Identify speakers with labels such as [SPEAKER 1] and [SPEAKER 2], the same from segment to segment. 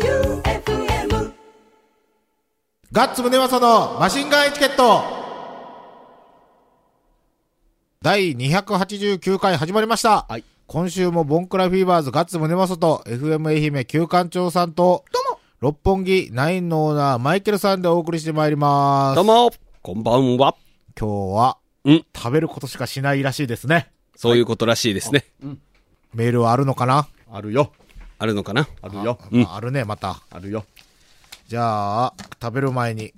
[SPEAKER 1] J-O-E-U-F-M
[SPEAKER 2] ガッツムネマソのマシンガンエチケット第289回始まりました、
[SPEAKER 3] はい
[SPEAKER 2] 今週もボンクラフィーバーズガッツムネマソと FM 愛媛旧館長さんと六本木ナインのオーナーマイケルさんでお送りしてまいります
[SPEAKER 3] どうも、こんばんは。
[SPEAKER 2] 今日は
[SPEAKER 3] うん、
[SPEAKER 2] 食べることしかしないらしいですね
[SPEAKER 3] そういうことらしいですね。
[SPEAKER 2] メールはあるのかな
[SPEAKER 4] あるよ。
[SPEAKER 3] あるのかな
[SPEAKER 4] あるよ。
[SPEAKER 2] ああるねまた
[SPEAKER 4] あるよ。
[SPEAKER 2] じゃあ食べる前に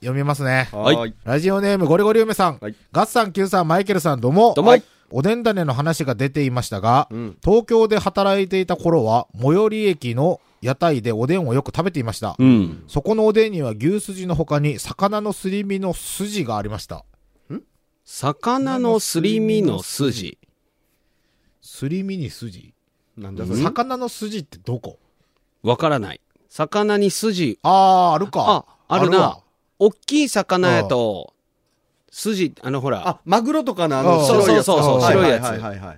[SPEAKER 2] 読みますね
[SPEAKER 3] はい
[SPEAKER 4] はーい。
[SPEAKER 2] ラジオネームゴリゴリ梅さん、
[SPEAKER 4] はい
[SPEAKER 2] ガッツさん、キューさん、マイケルさん、どうも。
[SPEAKER 3] どうも
[SPEAKER 2] はいおでん種の話が出ていましたが、
[SPEAKER 4] ん
[SPEAKER 2] 東京で働いていた頃は、最寄り駅の屋台でおでんをよく食べていました。
[SPEAKER 3] うん。
[SPEAKER 2] そこのおでんには牛すじの他に、魚のすり身の筋がありました。
[SPEAKER 3] 魚のすり身の筋。
[SPEAKER 2] すり身に筋
[SPEAKER 4] なんだそれ。
[SPEAKER 2] 魚の筋ってどこ
[SPEAKER 3] わからない。魚に筋。
[SPEAKER 2] あー、あるか
[SPEAKER 3] あ。、ある
[SPEAKER 2] わ
[SPEAKER 3] な。おっきい魚やと、筋、あのほら、
[SPEAKER 4] あ、マグロとかのあ
[SPEAKER 2] あ
[SPEAKER 4] の
[SPEAKER 2] ー
[SPEAKER 4] 白いやつ。
[SPEAKER 3] そうそ
[SPEAKER 2] そ
[SPEAKER 3] う
[SPEAKER 2] うそう
[SPEAKER 3] 白いやつ
[SPEAKER 4] はいはいはいはい。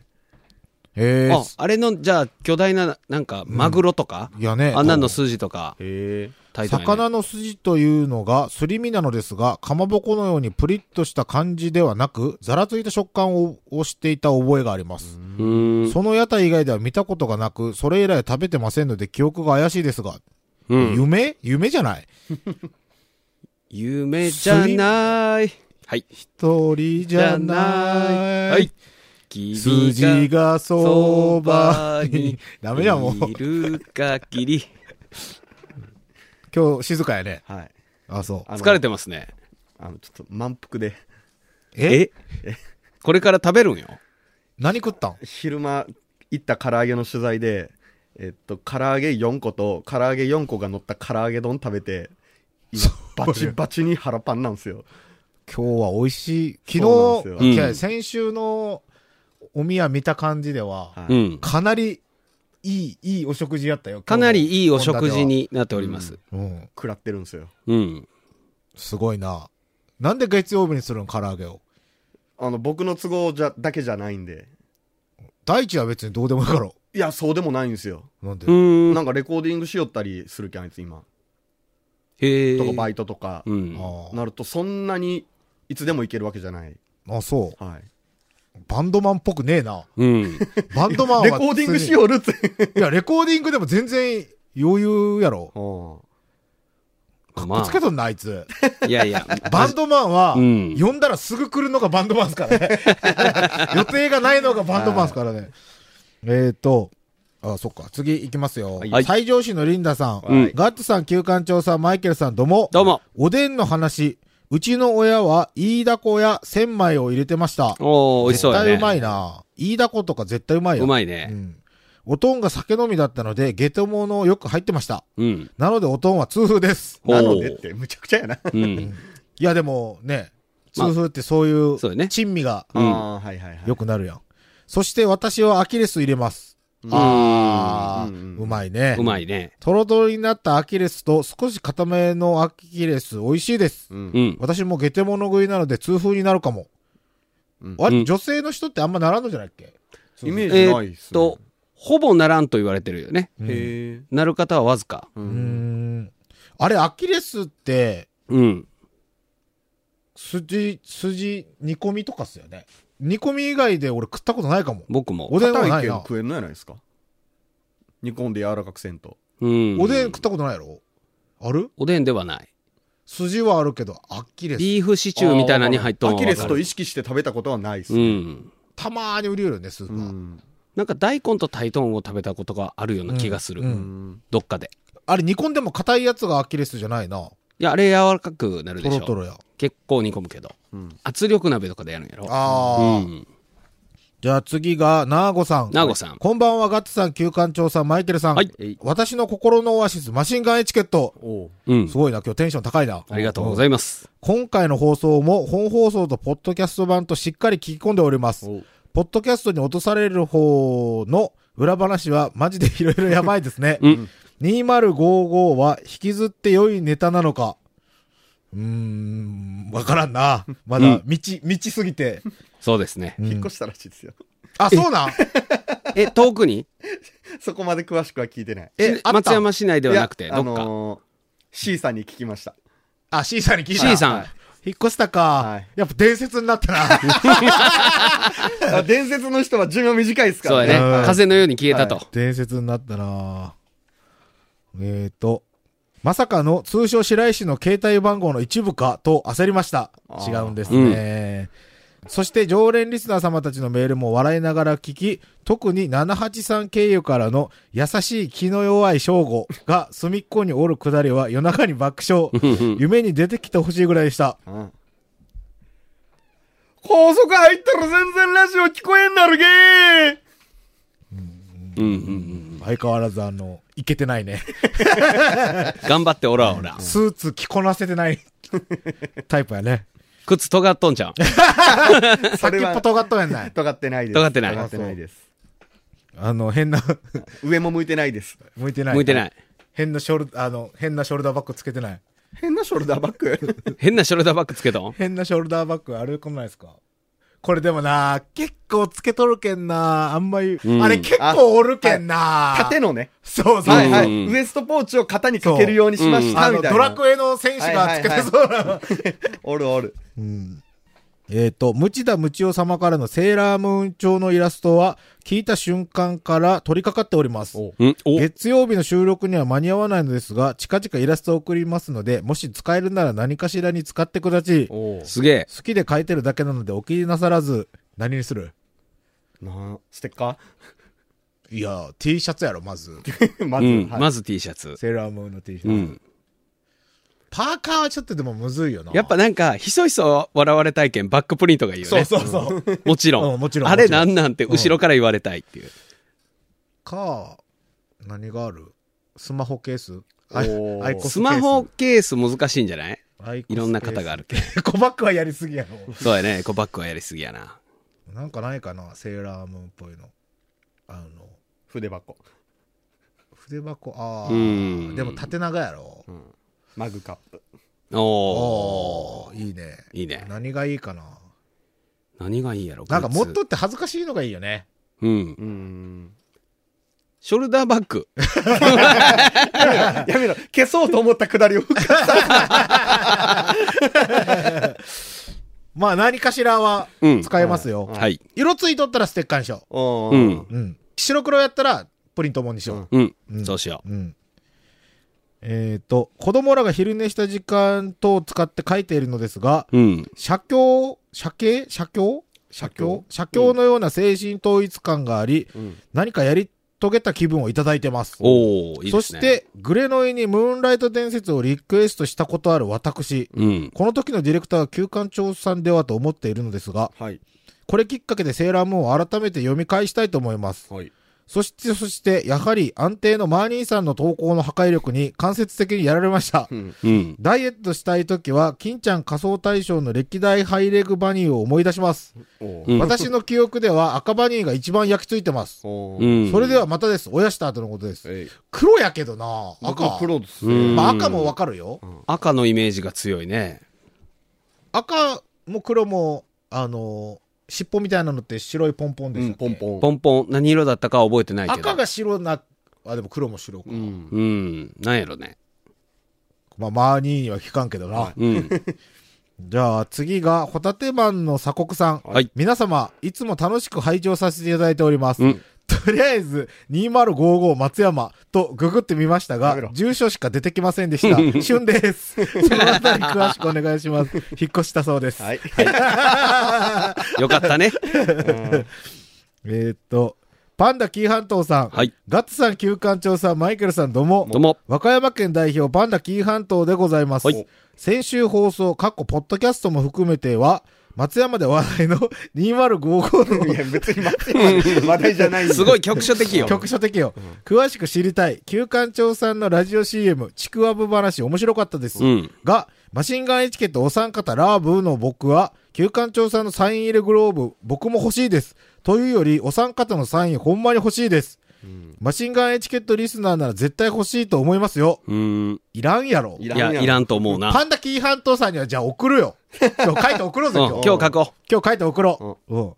[SPEAKER 2] へえ
[SPEAKER 3] あ、あれの、じゃあ、巨大な、なんか、マグロとか、
[SPEAKER 2] いやね。
[SPEAKER 3] あんなの筋とか、
[SPEAKER 4] へ
[SPEAKER 3] タイトルやね
[SPEAKER 2] 魚の筋というのがすり身なのですが、かまぼこのようにプリッとした感じではなく、ざらついた食感ををしていた覚えがあります。
[SPEAKER 3] うーん。
[SPEAKER 2] その屋台以外では見たことがなく、それ以来食べてませんので記憶が怪しいですが、
[SPEAKER 3] うん。
[SPEAKER 2] 夢夢じゃない
[SPEAKER 3] 夢じゃない。はい。
[SPEAKER 2] 一人じゃない。
[SPEAKER 3] はい。
[SPEAKER 2] 筋がそばに。ダメじゃんもう。
[SPEAKER 3] いるか きり。
[SPEAKER 2] 今日静かやね。
[SPEAKER 4] ーはい。
[SPEAKER 2] あ、そう。
[SPEAKER 4] あの
[SPEAKER 3] 疲れてますね。
[SPEAKER 4] あの、ちょっと満腹で、
[SPEAKER 2] え
[SPEAKER 3] これから食べるんよ。
[SPEAKER 2] 何食ったん
[SPEAKER 4] 昼間行った唐揚げの取材で、えっと、唐揚げ4個と、唐揚げ4個が乗った唐揚げ丼食べて、今、バチバチに腹パンなんですよ。
[SPEAKER 2] 今日は美味しい。昨
[SPEAKER 4] そうなん
[SPEAKER 2] 日、
[SPEAKER 3] ですよ
[SPEAKER 2] 違う
[SPEAKER 3] うん。
[SPEAKER 2] 先週のお宮見た感じでは、
[SPEAKER 4] はいう
[SPEAKER 3] ん。
[SPEAKER 2] かなりいい、いいお食事やったよ。
[SPEAKER 3] かなりいいお食事になっております。
[SPEAKER 2] 今日の献立は。うん。
[SPEAKER 4] 食らってるんですよ。
[SPEAKER 3] うん。
[SPEAKER 2] すごいな。なんで月曜日にするん唐揚げを。
[SPEAKER 4] あの、僕の都合じゃ、だけじゃないんで。
[SPEAKER 2] 大地は別にどうでもいいから。
[SPEAKER 4] いや、そうでもないんですよ。
[SPEAKER 2] なんで、
[SPEAKER 3] うん。
[SPEAKER 4] なんかレコーディングしよったりするけん、あいつ今。
[SPEAKER 3] へえ。
[SPEAKER 4] とかバイトとか
[SPEAKER 3] う、
[SPEAKER 2] あ
[SPEAKER 3] ん。
[SPEAKER 2] ー
[SPEAKER 4] なると、そんなに、いつでも行けるわけじゃない。
[SPEAKER 2] あ、そう。
[SPEAKER 4] はい。
[SPEAKER 2] バンドマンっぽくねえな。
[SPEAKER 3] うん。
[SPEAKER 2] バンドマンは。
[SPEAKER 4] レコーディングしよるって。
[SPEAKER 2] う。いや、レコーディングでも全然余裕やろ。かっこ
[SPEAKER 3] ま
[SPEAKER 2] つけとんな、あいつ。
[SPEAKER 3] あ、いやいや。
[SPEAKER 2] バンドマンは、
[SPEAKER 3] うん
[SPEAKER 2] 呼んだらすぐ来るのがバンドマンですから ね。予定がないのがバンドマンですからね。えーと、あ、そっか。次行きますよ。
[SPEAKER 3] はい
[SPEAKER 2] 西条市のリンダさん。
[SPEAKER 3] うん
[SPEAKER 2] ガッツさん、旧館長さん、マイケルさん、どうも。
[SPEAKER 3] どうも。
[SPEAKER 2] おでんの話。うちの親は、飯田粉や千枚を入れてました。
[SPEAKER 3] おー、美味しそう
[SPEAKER 2] 絶
[SPEAKER 3] や
[SPEAKER 2] 対
[SPEAKER 3] ね。
[SPEAKER 2] うまいな。飯田粉とか絶対うまいよ。
[SPEAKER 3] うまいうね。
[SPEAKER 2] ん。おとんが酒飲みだったので、ゲトモノよく入ってました。
[SPEAKER 3] うん。
[SPEAKER 2] なので、おとんは痛風です。
[SPEAKER 3] おー
[SPEAKER 4] なのでって、むちゃくちゃやな。
[SPEAKER 3] うん。
[SPEAKER 2] いや、でもね、
[SPEAKER 3] まあ
[SPEAKER 2] 痛風ってそういう、
[SPEAKER 3] そうよね
[SPEAKER 2] 珍味が
[SPEAKER 3] うん
[SPEAKER 4] ああー、はいはいはい。
[SPEAKER 2] 良くなるやん。そして私はアキレス入れます。あ
[SPEAKER 4] うんうん
[SPEAKER 2] ーうまいね。
[SPEAKER 3] うまいね。
[SPEAKER 2] とろとろになったアキレスと少し固めのアキレス美味しいです。
[SPEAKER 4] うん
[SPEAKER 3] うん。
[SPEAKER 2] 私もゲテモノ食いなので痛風になるかも。
[SPEAKER 4] うん
[SPEAKER 2] あれ
[SPEAKER 3] うん
[SPEAKER 2] 女性の人ってあんまならんのじゃないっけ
[SPEAKER 4] イメージ
[SPEAKER 3] え
[SPEAKER 4] ないっ
[SPEAKER 3] ーっ
[SPEAKER 4] すね。
[SPEAKER 3] と、ほぼならんと言われてるよね。
[SPEAKER 4] へえ。
[SPEAKER 3] なる方はわずか。
[SPEAKER 4] う。
[SPEAKER 2] うんん。あれ、アキレスって、
[SPEAKER 3] うん。
[SPEAKER 2] 筋、筋、煮込みとかっすよね。煮込み以外で俺食ったことないかも。
[SPEAKER 3] 僕も
[SPEAKER 2] お。でんは
[SPEAKER 4] 硬
[SPEAKER 2] ないい
[SPEAKER 4] けど
[SPEAKER 2] な。
[SPEAKER 4] 食えんのやないですか。煮込んで柔らかくせんと。
[SPEAKER 3] うん。
[SPEAKER 2] おでん食ったことないやろある
[SPEAKER 3] おでんではない。
[SPEAKER 2] 筋はあるけど、アキレス。
[SPEAKER 3] ビーフシチューみたいなのに入っとん
[SPEAKER 4] ア
[SPEAKER 3] はわ
[SPEAKER 4] キ
[SPEAKER 3] かる
[SPEAKER 4] レスと意識して食べたことはないっす
[SPEAKER 3] う。ん。
[SPEAKER 2] たまーに売りよるよね、スーパー。
[SPEAKER 4] うん。
[SPEAKER 3] なんか大根と大根を食べたことがあるような気がする。
[SPEAKER 2] うん
[SPEAKER 4] うん
[SPEAKER 3] どっかで。
[SPEAKER 2] あれ煮込んでも硬いやつがアキレスじゃないな。
[SPEAKER 3] いや、あれ柔らかくなる
[SPEAKER 2] ト
[SPEAKER 3] でし
[SPEAKER 2] ロ
[SPEAKER 3] ょ。
[SPEAKER 2] トロや。
[SPEAKER 3] 結構煮込むけど。
[SPEAKER 4] うん
[SPEAKER 3] 圧力鍋とかでやるんやろ。
[SPEAKER 2] あ
[SPEAKER 3] う
[SPEAKER 2] ー。
[SPEAKER 3] ん。
[SPEAKER 2] じゃあ次が、ナーゴさん。
[SPEAKER 3] ナーゴさん
[SPEAKER 2] こんばんは、ガッツさん、旧館長さん、マイケルさん。
[SPEAKER 3] はい
[SPEAKER 4] えい
[SPEAKER 2] 私の心のオアシス、マシンガンエチケット。
[SPEAKER 4] おう
[SPEAKER 3] うん
[SPEAKER 2] す。ごいな、今日テンション高いな。
[SPEAKER 3] ありがとう
[SPEAKER 2] い
[SPEAKER 3] ご
[SPEAKER 2] ます。
[SPEAKER 3] ざいます。
[SPEAKER 2] 今回の放送も、本放送とポッドキャスト版としっかり聞き込んでおります。
[SPEAKER 4] おう
[SPEAKER 2] ポッドキャストに落とされる方の裏話は、マジでいろいろやばいですね。
[SPEAKER 3] うん。
[SPEAKER 2] 2055は引きずって良いネタなのか。うーん、わからんな。まだ、道、道すぎて。
[SPEAKER 3] そうですね。
[SPEAKER 2] うん
[SPEAKER 4] 引っ越したらしいですよ。
[SPEAKER 2] あ、そうなん
[SPEAKER 3] え、遠くに
[SPEAKER 4] そこまで詳しくは聞いてない。
[SPEAKER 2] あ
[SPEAKER 3] え、
[SPEAKER 2] った
[SPEAKER 3] 松山市内ではなくて、
[SPEAKER 4] い
[SPEAKER 3] ど
[SPEAKER 4] やあ
[SPEAKER 3] っか。
[SPEAKER 4] のー、C さんに聞きました。
[SPEAKER 2] あ、C さんに聞いた。
[SPEAKER 3] C さん。
[SPEAKER 2] 引っ越したか、
[SPEAKER 4] はい
[SPEAKER 2] やっぱ伝説になったな。
[SPEAKER 4] あ伝説の人は寿命短いですか
[SPEAKER 3] そう
[SPEAKER 4] ら
[SPEAKER 3] やね
[SPEAKER 4] ね。
[SPEAKER 2] うん。
[SPEAKER 3] 風のように消えたと。
[SPEAKER 2] 伝説になったなえーと、まさかの通称白石の携帯番号の一部かと焦りました。
[SPEAKER 4] あ
[SPEAKER 2] 違
[SPEAKER 4] ー
[SPEAKER 2] うんですね。そして常連リスナー様たちのメールも笑いながら聞き、特に783経由からの優しい気の弱い正吾が隅っこにおるくだりは夜中に爆 笑。夢に出てきてほしいぐらいでした。
[SPEAKER 4] うん高速入ったら全然ラジオ聞こえんなるげー
[SPEAKER 3] うんうんうん。
[SPEAKER 2] 相変わらずあの、いけてない ね。
[SPEAKER 3] 頑張っておらおら。
[SPEAKER 2] スーツ着こなせて ないタイプやね。
[SPEAKER 3] 靴尖っとんじゃん。
[SPEAKER 2] 先っぽ尖っとんやんない。
[SPEAKER 4] 尖ってないです。
[SPEAKER 3] 尖ってない
[SPEAKER 4] 尖ってないです。
[SPEAKER 2] あの、変な、
[SPEAKER 4] 上も向いてないです。
[SPEAKER 2] 向いてない。
[SPEAKER 3] 向いてない。
[SPEAKER 2] 変なショル、あの、変なショルダーバッグつけてない。
[SPEAKER 4] 変なショルダーバッ グ
[SPEAKER 3] 変なショルダーバッグつけたん
[SPEAKER 2] 変なショルダーバッグあれこないですかこれでもな、結構つけとるけんな、あんまり、
[SPEAKER 3] うん
[SPEAKER 2] あれ結構おるけんな。
[SPEAKER 4] 縦
[SPEAKER 2] の。
[SPEAKER 4] のね。
[SPEAKER 2] そうそう。
[SPEAKER 4] はいは
[SPEAKER 3] う
[SPEAKER 4] い。
[SPEAKER 3] ん
[SPEAKER 4] ウエストポーチを肩にかけるようにしまし
[SPEAKER 2] あ
[SPEAKER 4] たみ
[SPEAKER 2] の、
[SPEAKER 4] たいな。
[SPEAKER 2] ドラクエの戦士がつけてそうな。
[SPEAKER 4] おるおる。
[SPEAKER 2] うん えっ、と、ムチダムチオ様からのセーラームーン調のイラストは、聞いた瞬間から取り掛かっております。
[SPEAKER 3] うんお
[SPEAKER 2] 月曜日の収録には間に合わないのですが、近々イラストを送りますので、もし使えるなら何かしらに使ってくだち。好
[SPEAKER 3] すげえ。
[SPEAKER 2] きで書いてるだけなのでお気になさらず、何にする
[SPEAKER 4] なあ、ステッカ
[SPEAKER 2] いや、T シャツやろ、ま ず。
[SPEAKER 4] ーま
[SPEAKER 3] う
[SPEAKER 4] ず、
[SPEAKER 3] ん。
[SPEAKER 4] はい
[SPEAKER 3] まず T シャツ。
[SPEAKER 2] セーラームーンの T シャツ。
[SPEAKER 3] うん。
[SPEAKER 2] パーカーはちょっとでもむずいよな。
[SPEAKER 3] やっぱ、なんか、ひそひそ笑われ体験、バックプリントがいいよ
[SPEAKER 2] そう
[SPEAKER 3] ね。
[SPEAKER 2] そうそう。
[SPEAKER 3] もちろ
[SPEAKER 2] うん
[SPEAKER 3] ん。
[SPEAKER 2] もちろん
[SPEAKER 3] あ
[SPEAKER 2] も
[SPEAKER 3] れ
[SPEAKER 2] ちろん
[SPEAKER 3] なんなんて、後ろから言われたいっていう。
[SPEAKER 2] か、何があるスマホケース
[SPEAKER 4] おー
[SPEAKER 2] アイコケー
[SPEAKER 3] スマホケース難しいんじゃない
[SPEAKER 2] アイコスケース
[SPEAKER 3] いろんな方があるけど。
[SPEAKER 2] 小バックはやりすぎやろ。
[SPEAKER 3] そうやね。こうバックはやりすぎやな。
[SPEAKER 2] なんかないかな、セーラームーンっぽいの。あの、
[SPEAKER 4] 筆箱。
[SPEAKER 2] 筆箱、ああ、
[SPEAKER 3] うん
[SPEAKER 2] でも縦長やろ。
[SPEAKER 4] マグカップ。
[SPEAKER 3] おー。
[SPEAKER 2] おおいいね。
[SPEAKER 3] いいね
[SPEAKER 2] 何がいいかな。
[SPEAKER 3] 何がいいやろ
[SPEAKER 2] なんか
[SPEAKER 3] グッ
[SPEAKER 2] モ
[SPEAKER 3] ズ
[SPEAKER 2] ットって恥ずかしいのがいいよね。
[SPEAKER 3] うん
[SPEAKER 4] う。ーん。
[SPEAKER 3] ショルダーバッグ。
[SPEAKER 4] やめろ。消そうと思ったくだりを。
[SPEAKER 2] まあ何かしらは
[SPEAKER 3] うん
[SPEAKER 2] 使えますよ。
[SPEAKER 3] はい。
[SPEAKER 2] 色ついとったらステッカーにしよ
[SPEAKER 4] お
[SPEAKER 3] う
[SPEAKER 4] ー
[SPEAKER 3] ん。
[SPEAKER 2] う。うん。白黒やったらプリントもんにしよう。
[SPEAKER 3] うん
[SPEAKER 2] うん。
[SPEAKER 3] そうしよ
[SPEAKER 2] うん。えっ、と、子供らが昼寝した時間等を使って書いているのですが、
[SPEAKER 3] う。うん。
[SPEAKER 2] 写経、写経、写経写経写経のような精神統一感があり、
[SPEAKER 4] うん
[SPEAKER 2] 何かやり遂げた気分をいただいてます。
[SPEAKER 3] おー、いいで
[SPEAKER 2] そ
[SPEAKER 3] す
[SPEAKER 2] し
[SPEAKER 3] ね。、
[SPEAKER 2] て、グレノイにムーンライト伝説をリクエストしたことある私。
[SPEAKER 3] うん。
[SPEAKER 2] この時のディレクターは旧館長さんではと思っているのですが、
[SPEAKER 4] はい。
[SPEAKER 2] これきっかけでセーラームーンを改めて読み返したいと思います。
[SPEAKER 4] はい。
[SPEAKER 2] そして、そして、やはり安定のマーニーさんの投稿の破壊力に間接的にやられました
[SPEAKER 4] う。ん。
[SPEAKER 3] うん。
[SPEAKER 2] ダイエットしたい時は、金ちゃん仮装大賞の歴代ハイレグバニーを思い出します。
[SPEAKER 4] お
[SPEAKER 3] う
[SPEAKER 4] ー
[SPEAKER 3] ん
[SPEAKER 2] 私の記憶では赤バニーが一番焼き付いてます。
[SPEAKER 4] お
[SPEAKER 3] う
[SPEAKER 4] ー。
[SPEAKER 3] ん。
[SPEAKER 2] それでは、またです。おやした後のことです。
[SPEAKER 4] えい
[SPEAKER 2] 黒やけどな
[SPEAKER 4] 僕も
[SPEAKER 2] 赤。
[SPEAKER 4] 黒です
[SPEAKER 3] うん
[SPEAKER 4] ね。
[SPEAKER 2] まあ赤もわかるよ。
[SPEAKER 3] 赤のイメージが強いね。
[SPEAKER 2] 赤も黒も、あのー尻尾みたいなのって白いポンポンで
[SPEAKER 4] う
[SPEAKER 2] した
[SPEAKER 4] ん、
[SPEAKER 2] っけ
[SPEAKER 4] ポンポン。
[SPEAKER 3] ポンポン、何色だったかは覚えてないけど。
[SPEAKER 2] 赤が白な、あ、でも黒も白か。
[SPEAKER 4] うん。
[SPEAKER 3] うん。なんやろね。
[SPEAKER 2] まあ、マーニーには聞かんけどな。
[SPEAKER 3] うん。
[SPEAKER 2] じゃあ次が、ホタテマンの鎖国さん。
[SPEAKER 3] はい
[SPEAKER 2] 皆様、いつも楽しく拝聴させていただいております。
[SPEAKER 3] うん
[SPEAKER 2] とりあえず、2055松山とググってみました
[SPEAKER 4] や
[SPEAKER 2] が
[SPEAKER 4] めろ、
[SPEAKER 2] 住所しか出てきませんで した。旬です。そのあたり詳しくお願いします。引っ越したそうです。
[SPEAKER 4] はい。
[SPEAKER 3] よかったね。
[SPEAKER 2] えーっと、パンダキーハントさん。
[SPEAKER 3] はい
[SPEAKER 2] ガッツさん、旧館長さん、マイケルさん、どうも。
[SPEAKER 3] どうも。
[SPEAKER 2] 和歌山県代表、パンダ紀伊半島でございます。
[SPEAKER 3] はい
[SPEAKER 2] 先週放送、かっこポッドキャストも含めては、松山で話題の 2055
[SPEAKER 4] いや、 別に待って、話題じゃないんだ
[SPEAKER 3] すごい局所的よ
[SPEAKER 2] の。局所的よ。詳しく知りたい、旧館長さんのラジオ CM、ちくわぶ話、面白かったです。
[SPEAKER 3] うん
[SPEAKER 2] が、マシンガンエチケットお三方ラーブの僕は、旧館長さんのサイン入れグローブ、僕も欲しいです。というより、お三方のサインほんまに欲しいです。マシンガンエチケットリスナーなら絶対欲しいと思いますよ。
[SPEAKER 3] うん。
[SPEAKER 2] いらんやろ。
[SPEAKER 4] い
[SPEAKER 3] い
[SPEAKER 4] らんや
[SPEAKER 3] や、
[SPEAKER 4] ろ
[SPEAKER 3] いらんと思うな。
[SPEAKER 2] パンダキーハン トさんにはじゃあ送るよ。今日書いて送ろう
[SPEAKER 3] う
[SPEAKER 2] ぜ、
[SPEAKER 3] ん
[SPEAKER 2] 今日。
[SPEAKER 3] 今日書こ
[SPEAKER 2] 今日書いて送ろう。うん。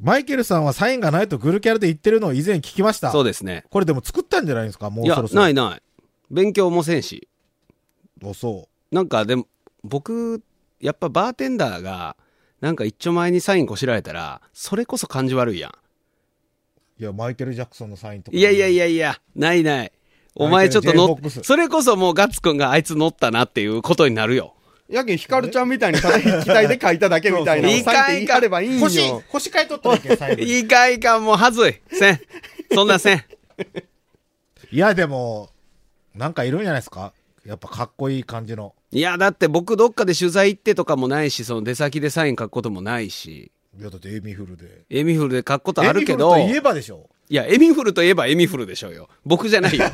[SPEAKER 2] マイケルさんはサインがないとグルキャラで言ってるのを以前聞きました。
[SPEAKER 3] そうですね。
[SPEAKER 2] これでも作ったんじゃないですかもう
[SPEAKER 3] い
[SPEAKER 2] い
[SPEAKER 3] や
[SPEAKER 2] そろ、そろ。
[SPEAKER 3] ないない。勉強もせんし。
[SPEAKER 2] おそ
[SPEAKER 3] なんかでも、僕、やっぱバーテンダーが、なんか一丁前にサインこしられたら、それこそ感じ悪いや
[SPEAKER 2] う。いや、マイケル・ジャクソンのサインと
[SPEAKER 3] ん。
[SPEAKER 2] か。
[SPEAKER 3] いやいやい
[SPEAKER 2] や。
[SPEAKER 3] やいや、ないない。お前ちょっと
[SPEAKER 2] ジェイ
[SPEAKER 3] 乗
[SPEAKER 2] フォックス
[SPEAKER 3] っ、それこそもうガッツくんがあいつ乗ったなっていうことにな るよ。
[SPEAKER 4] やけん、ヒカルちゃんみたいにただ期待で書いただけみたいな。
[SPEAKER 3] そうそう
[SPEAKER 4] サインって言い張ればいいんよ。
[SPEAKER 2] 星、星買い取った だけ、最後に。
[SPEAKER 3] いいかいか、もうはずい。せん。そんなせん。
[SPEAKER 2] いや、でも、なんかいるんじゃないですかやっぱかっこいい感じの。
[SPEAKER 3] いや、だって僕どっかで取材行ってとかもないし、その出先でサイン書くこともないし、
[SPEAKER 2] いや、だってエミフルで。
[SPEAKER 3] エミフルで書くことあるけ
[SPEAKER 2] エミ
[SPEAKER 3] ど、
[SPEAKER 2] フルといえ
[SPEAKER 3] い
[SPEAKER 2] ばでしょ。
[SPEAKER 3] や、エミフルといえばエミフルでしょうよ。僕じゃ ないよ。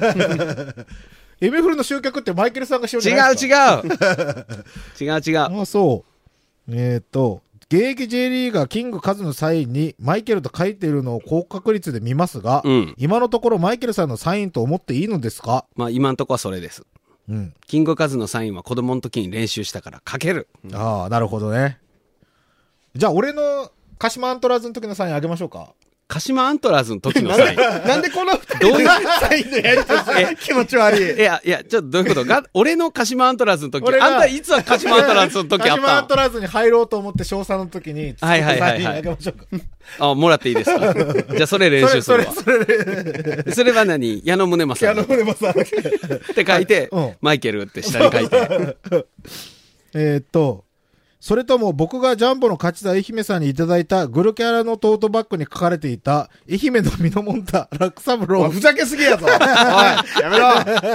[SPEAKER 2] エミフルの集客ってマイケルさんがしよう
[SPEAKER 3] 違
[SPEAKER 2] じ
[SPEAKER 3] う
[SPEAKER 2] ゃないですか
[SPEAKER 3] 違う。違 う違う。
[SPEAKER 2] あ、そう。えっ、と、現役 J リーガーキングカズのサインにマイケルと書いてるのを高確率で見ますが、
[SPEAKER 3] うん
[SPEAKER 2] 今のところマイケルさんのサインと思っていいのですか
[SPEAKER 3] まあ今んとこはそれです。
[SPEAKER 2] うん。
[SPEAKER 3] キングカズのサインは子供の時に練習したから書ける。
[SPEAKER 2] ああ、なるほどね。じゃあ、俺の鹿島アントラーズの時のサインあげましょうか。
[SPEAKER 3] 鹿島アントラーズの時の サイン。
[SPEAKER 4] なんでこの二
[SPEAKER 3] どういう、
[SPEAKER 4] サインのやりとり気持ち
[SPEAKER 3] い
[SPEAKER 4] 悪い。
[SPEAKER 3] や、いや、ちょっとどういうことが、俺の鹿島アントラーズの時、
[SPEAKER 2] 俺が
[SPEAKER 3] あんたいつは鹿島アントラーズの時あ
[SPEAKER 2] 鹿島アン
[SPEAKER 3] っ
[SPEAKER 2] トラーズに入ろうと思って、賞賛の時に、
[SPEAKER 3] はいはいはい
[SPEAKER 2] サ
[SPEAKER 3] はい
[SPEAKER 2] インあげましょうか。
[SPEAKER 3] たんあ、もらっていいですかじゃあそれ練習す
[SPEAKER 2] それ、
[SPEAKER 3] るわ。
[SPEAKER 2] それ、
[SPEAKER 3] そ
[SPEAKER 2] それで、
[SPEAKER 3] れは何矢野宗
[SPEAKER 2] ピア
[SPEAKER 3] 正
[SPEAKER 2] ノ
[SPEAKER 3] っ
[SPEAKER 2] 振ればさ、
[SPEAKER 3] て書いて、
[SPEAKER 2] うん
[SPEAKER 3] マイケルって下に書いて。
[SPEAKER 2] えーっと、それとも僕がジャンボの勝田愛媛さんにいただいたグルキャラのトートバッグに書かれていた愛媛のミノモンタ、ラクサブロ
[SPEAKER 4] おい
[SPEAKER 2] ー。
[SPEAKER 4] ふざけすぎやぞ。おい、やめろ。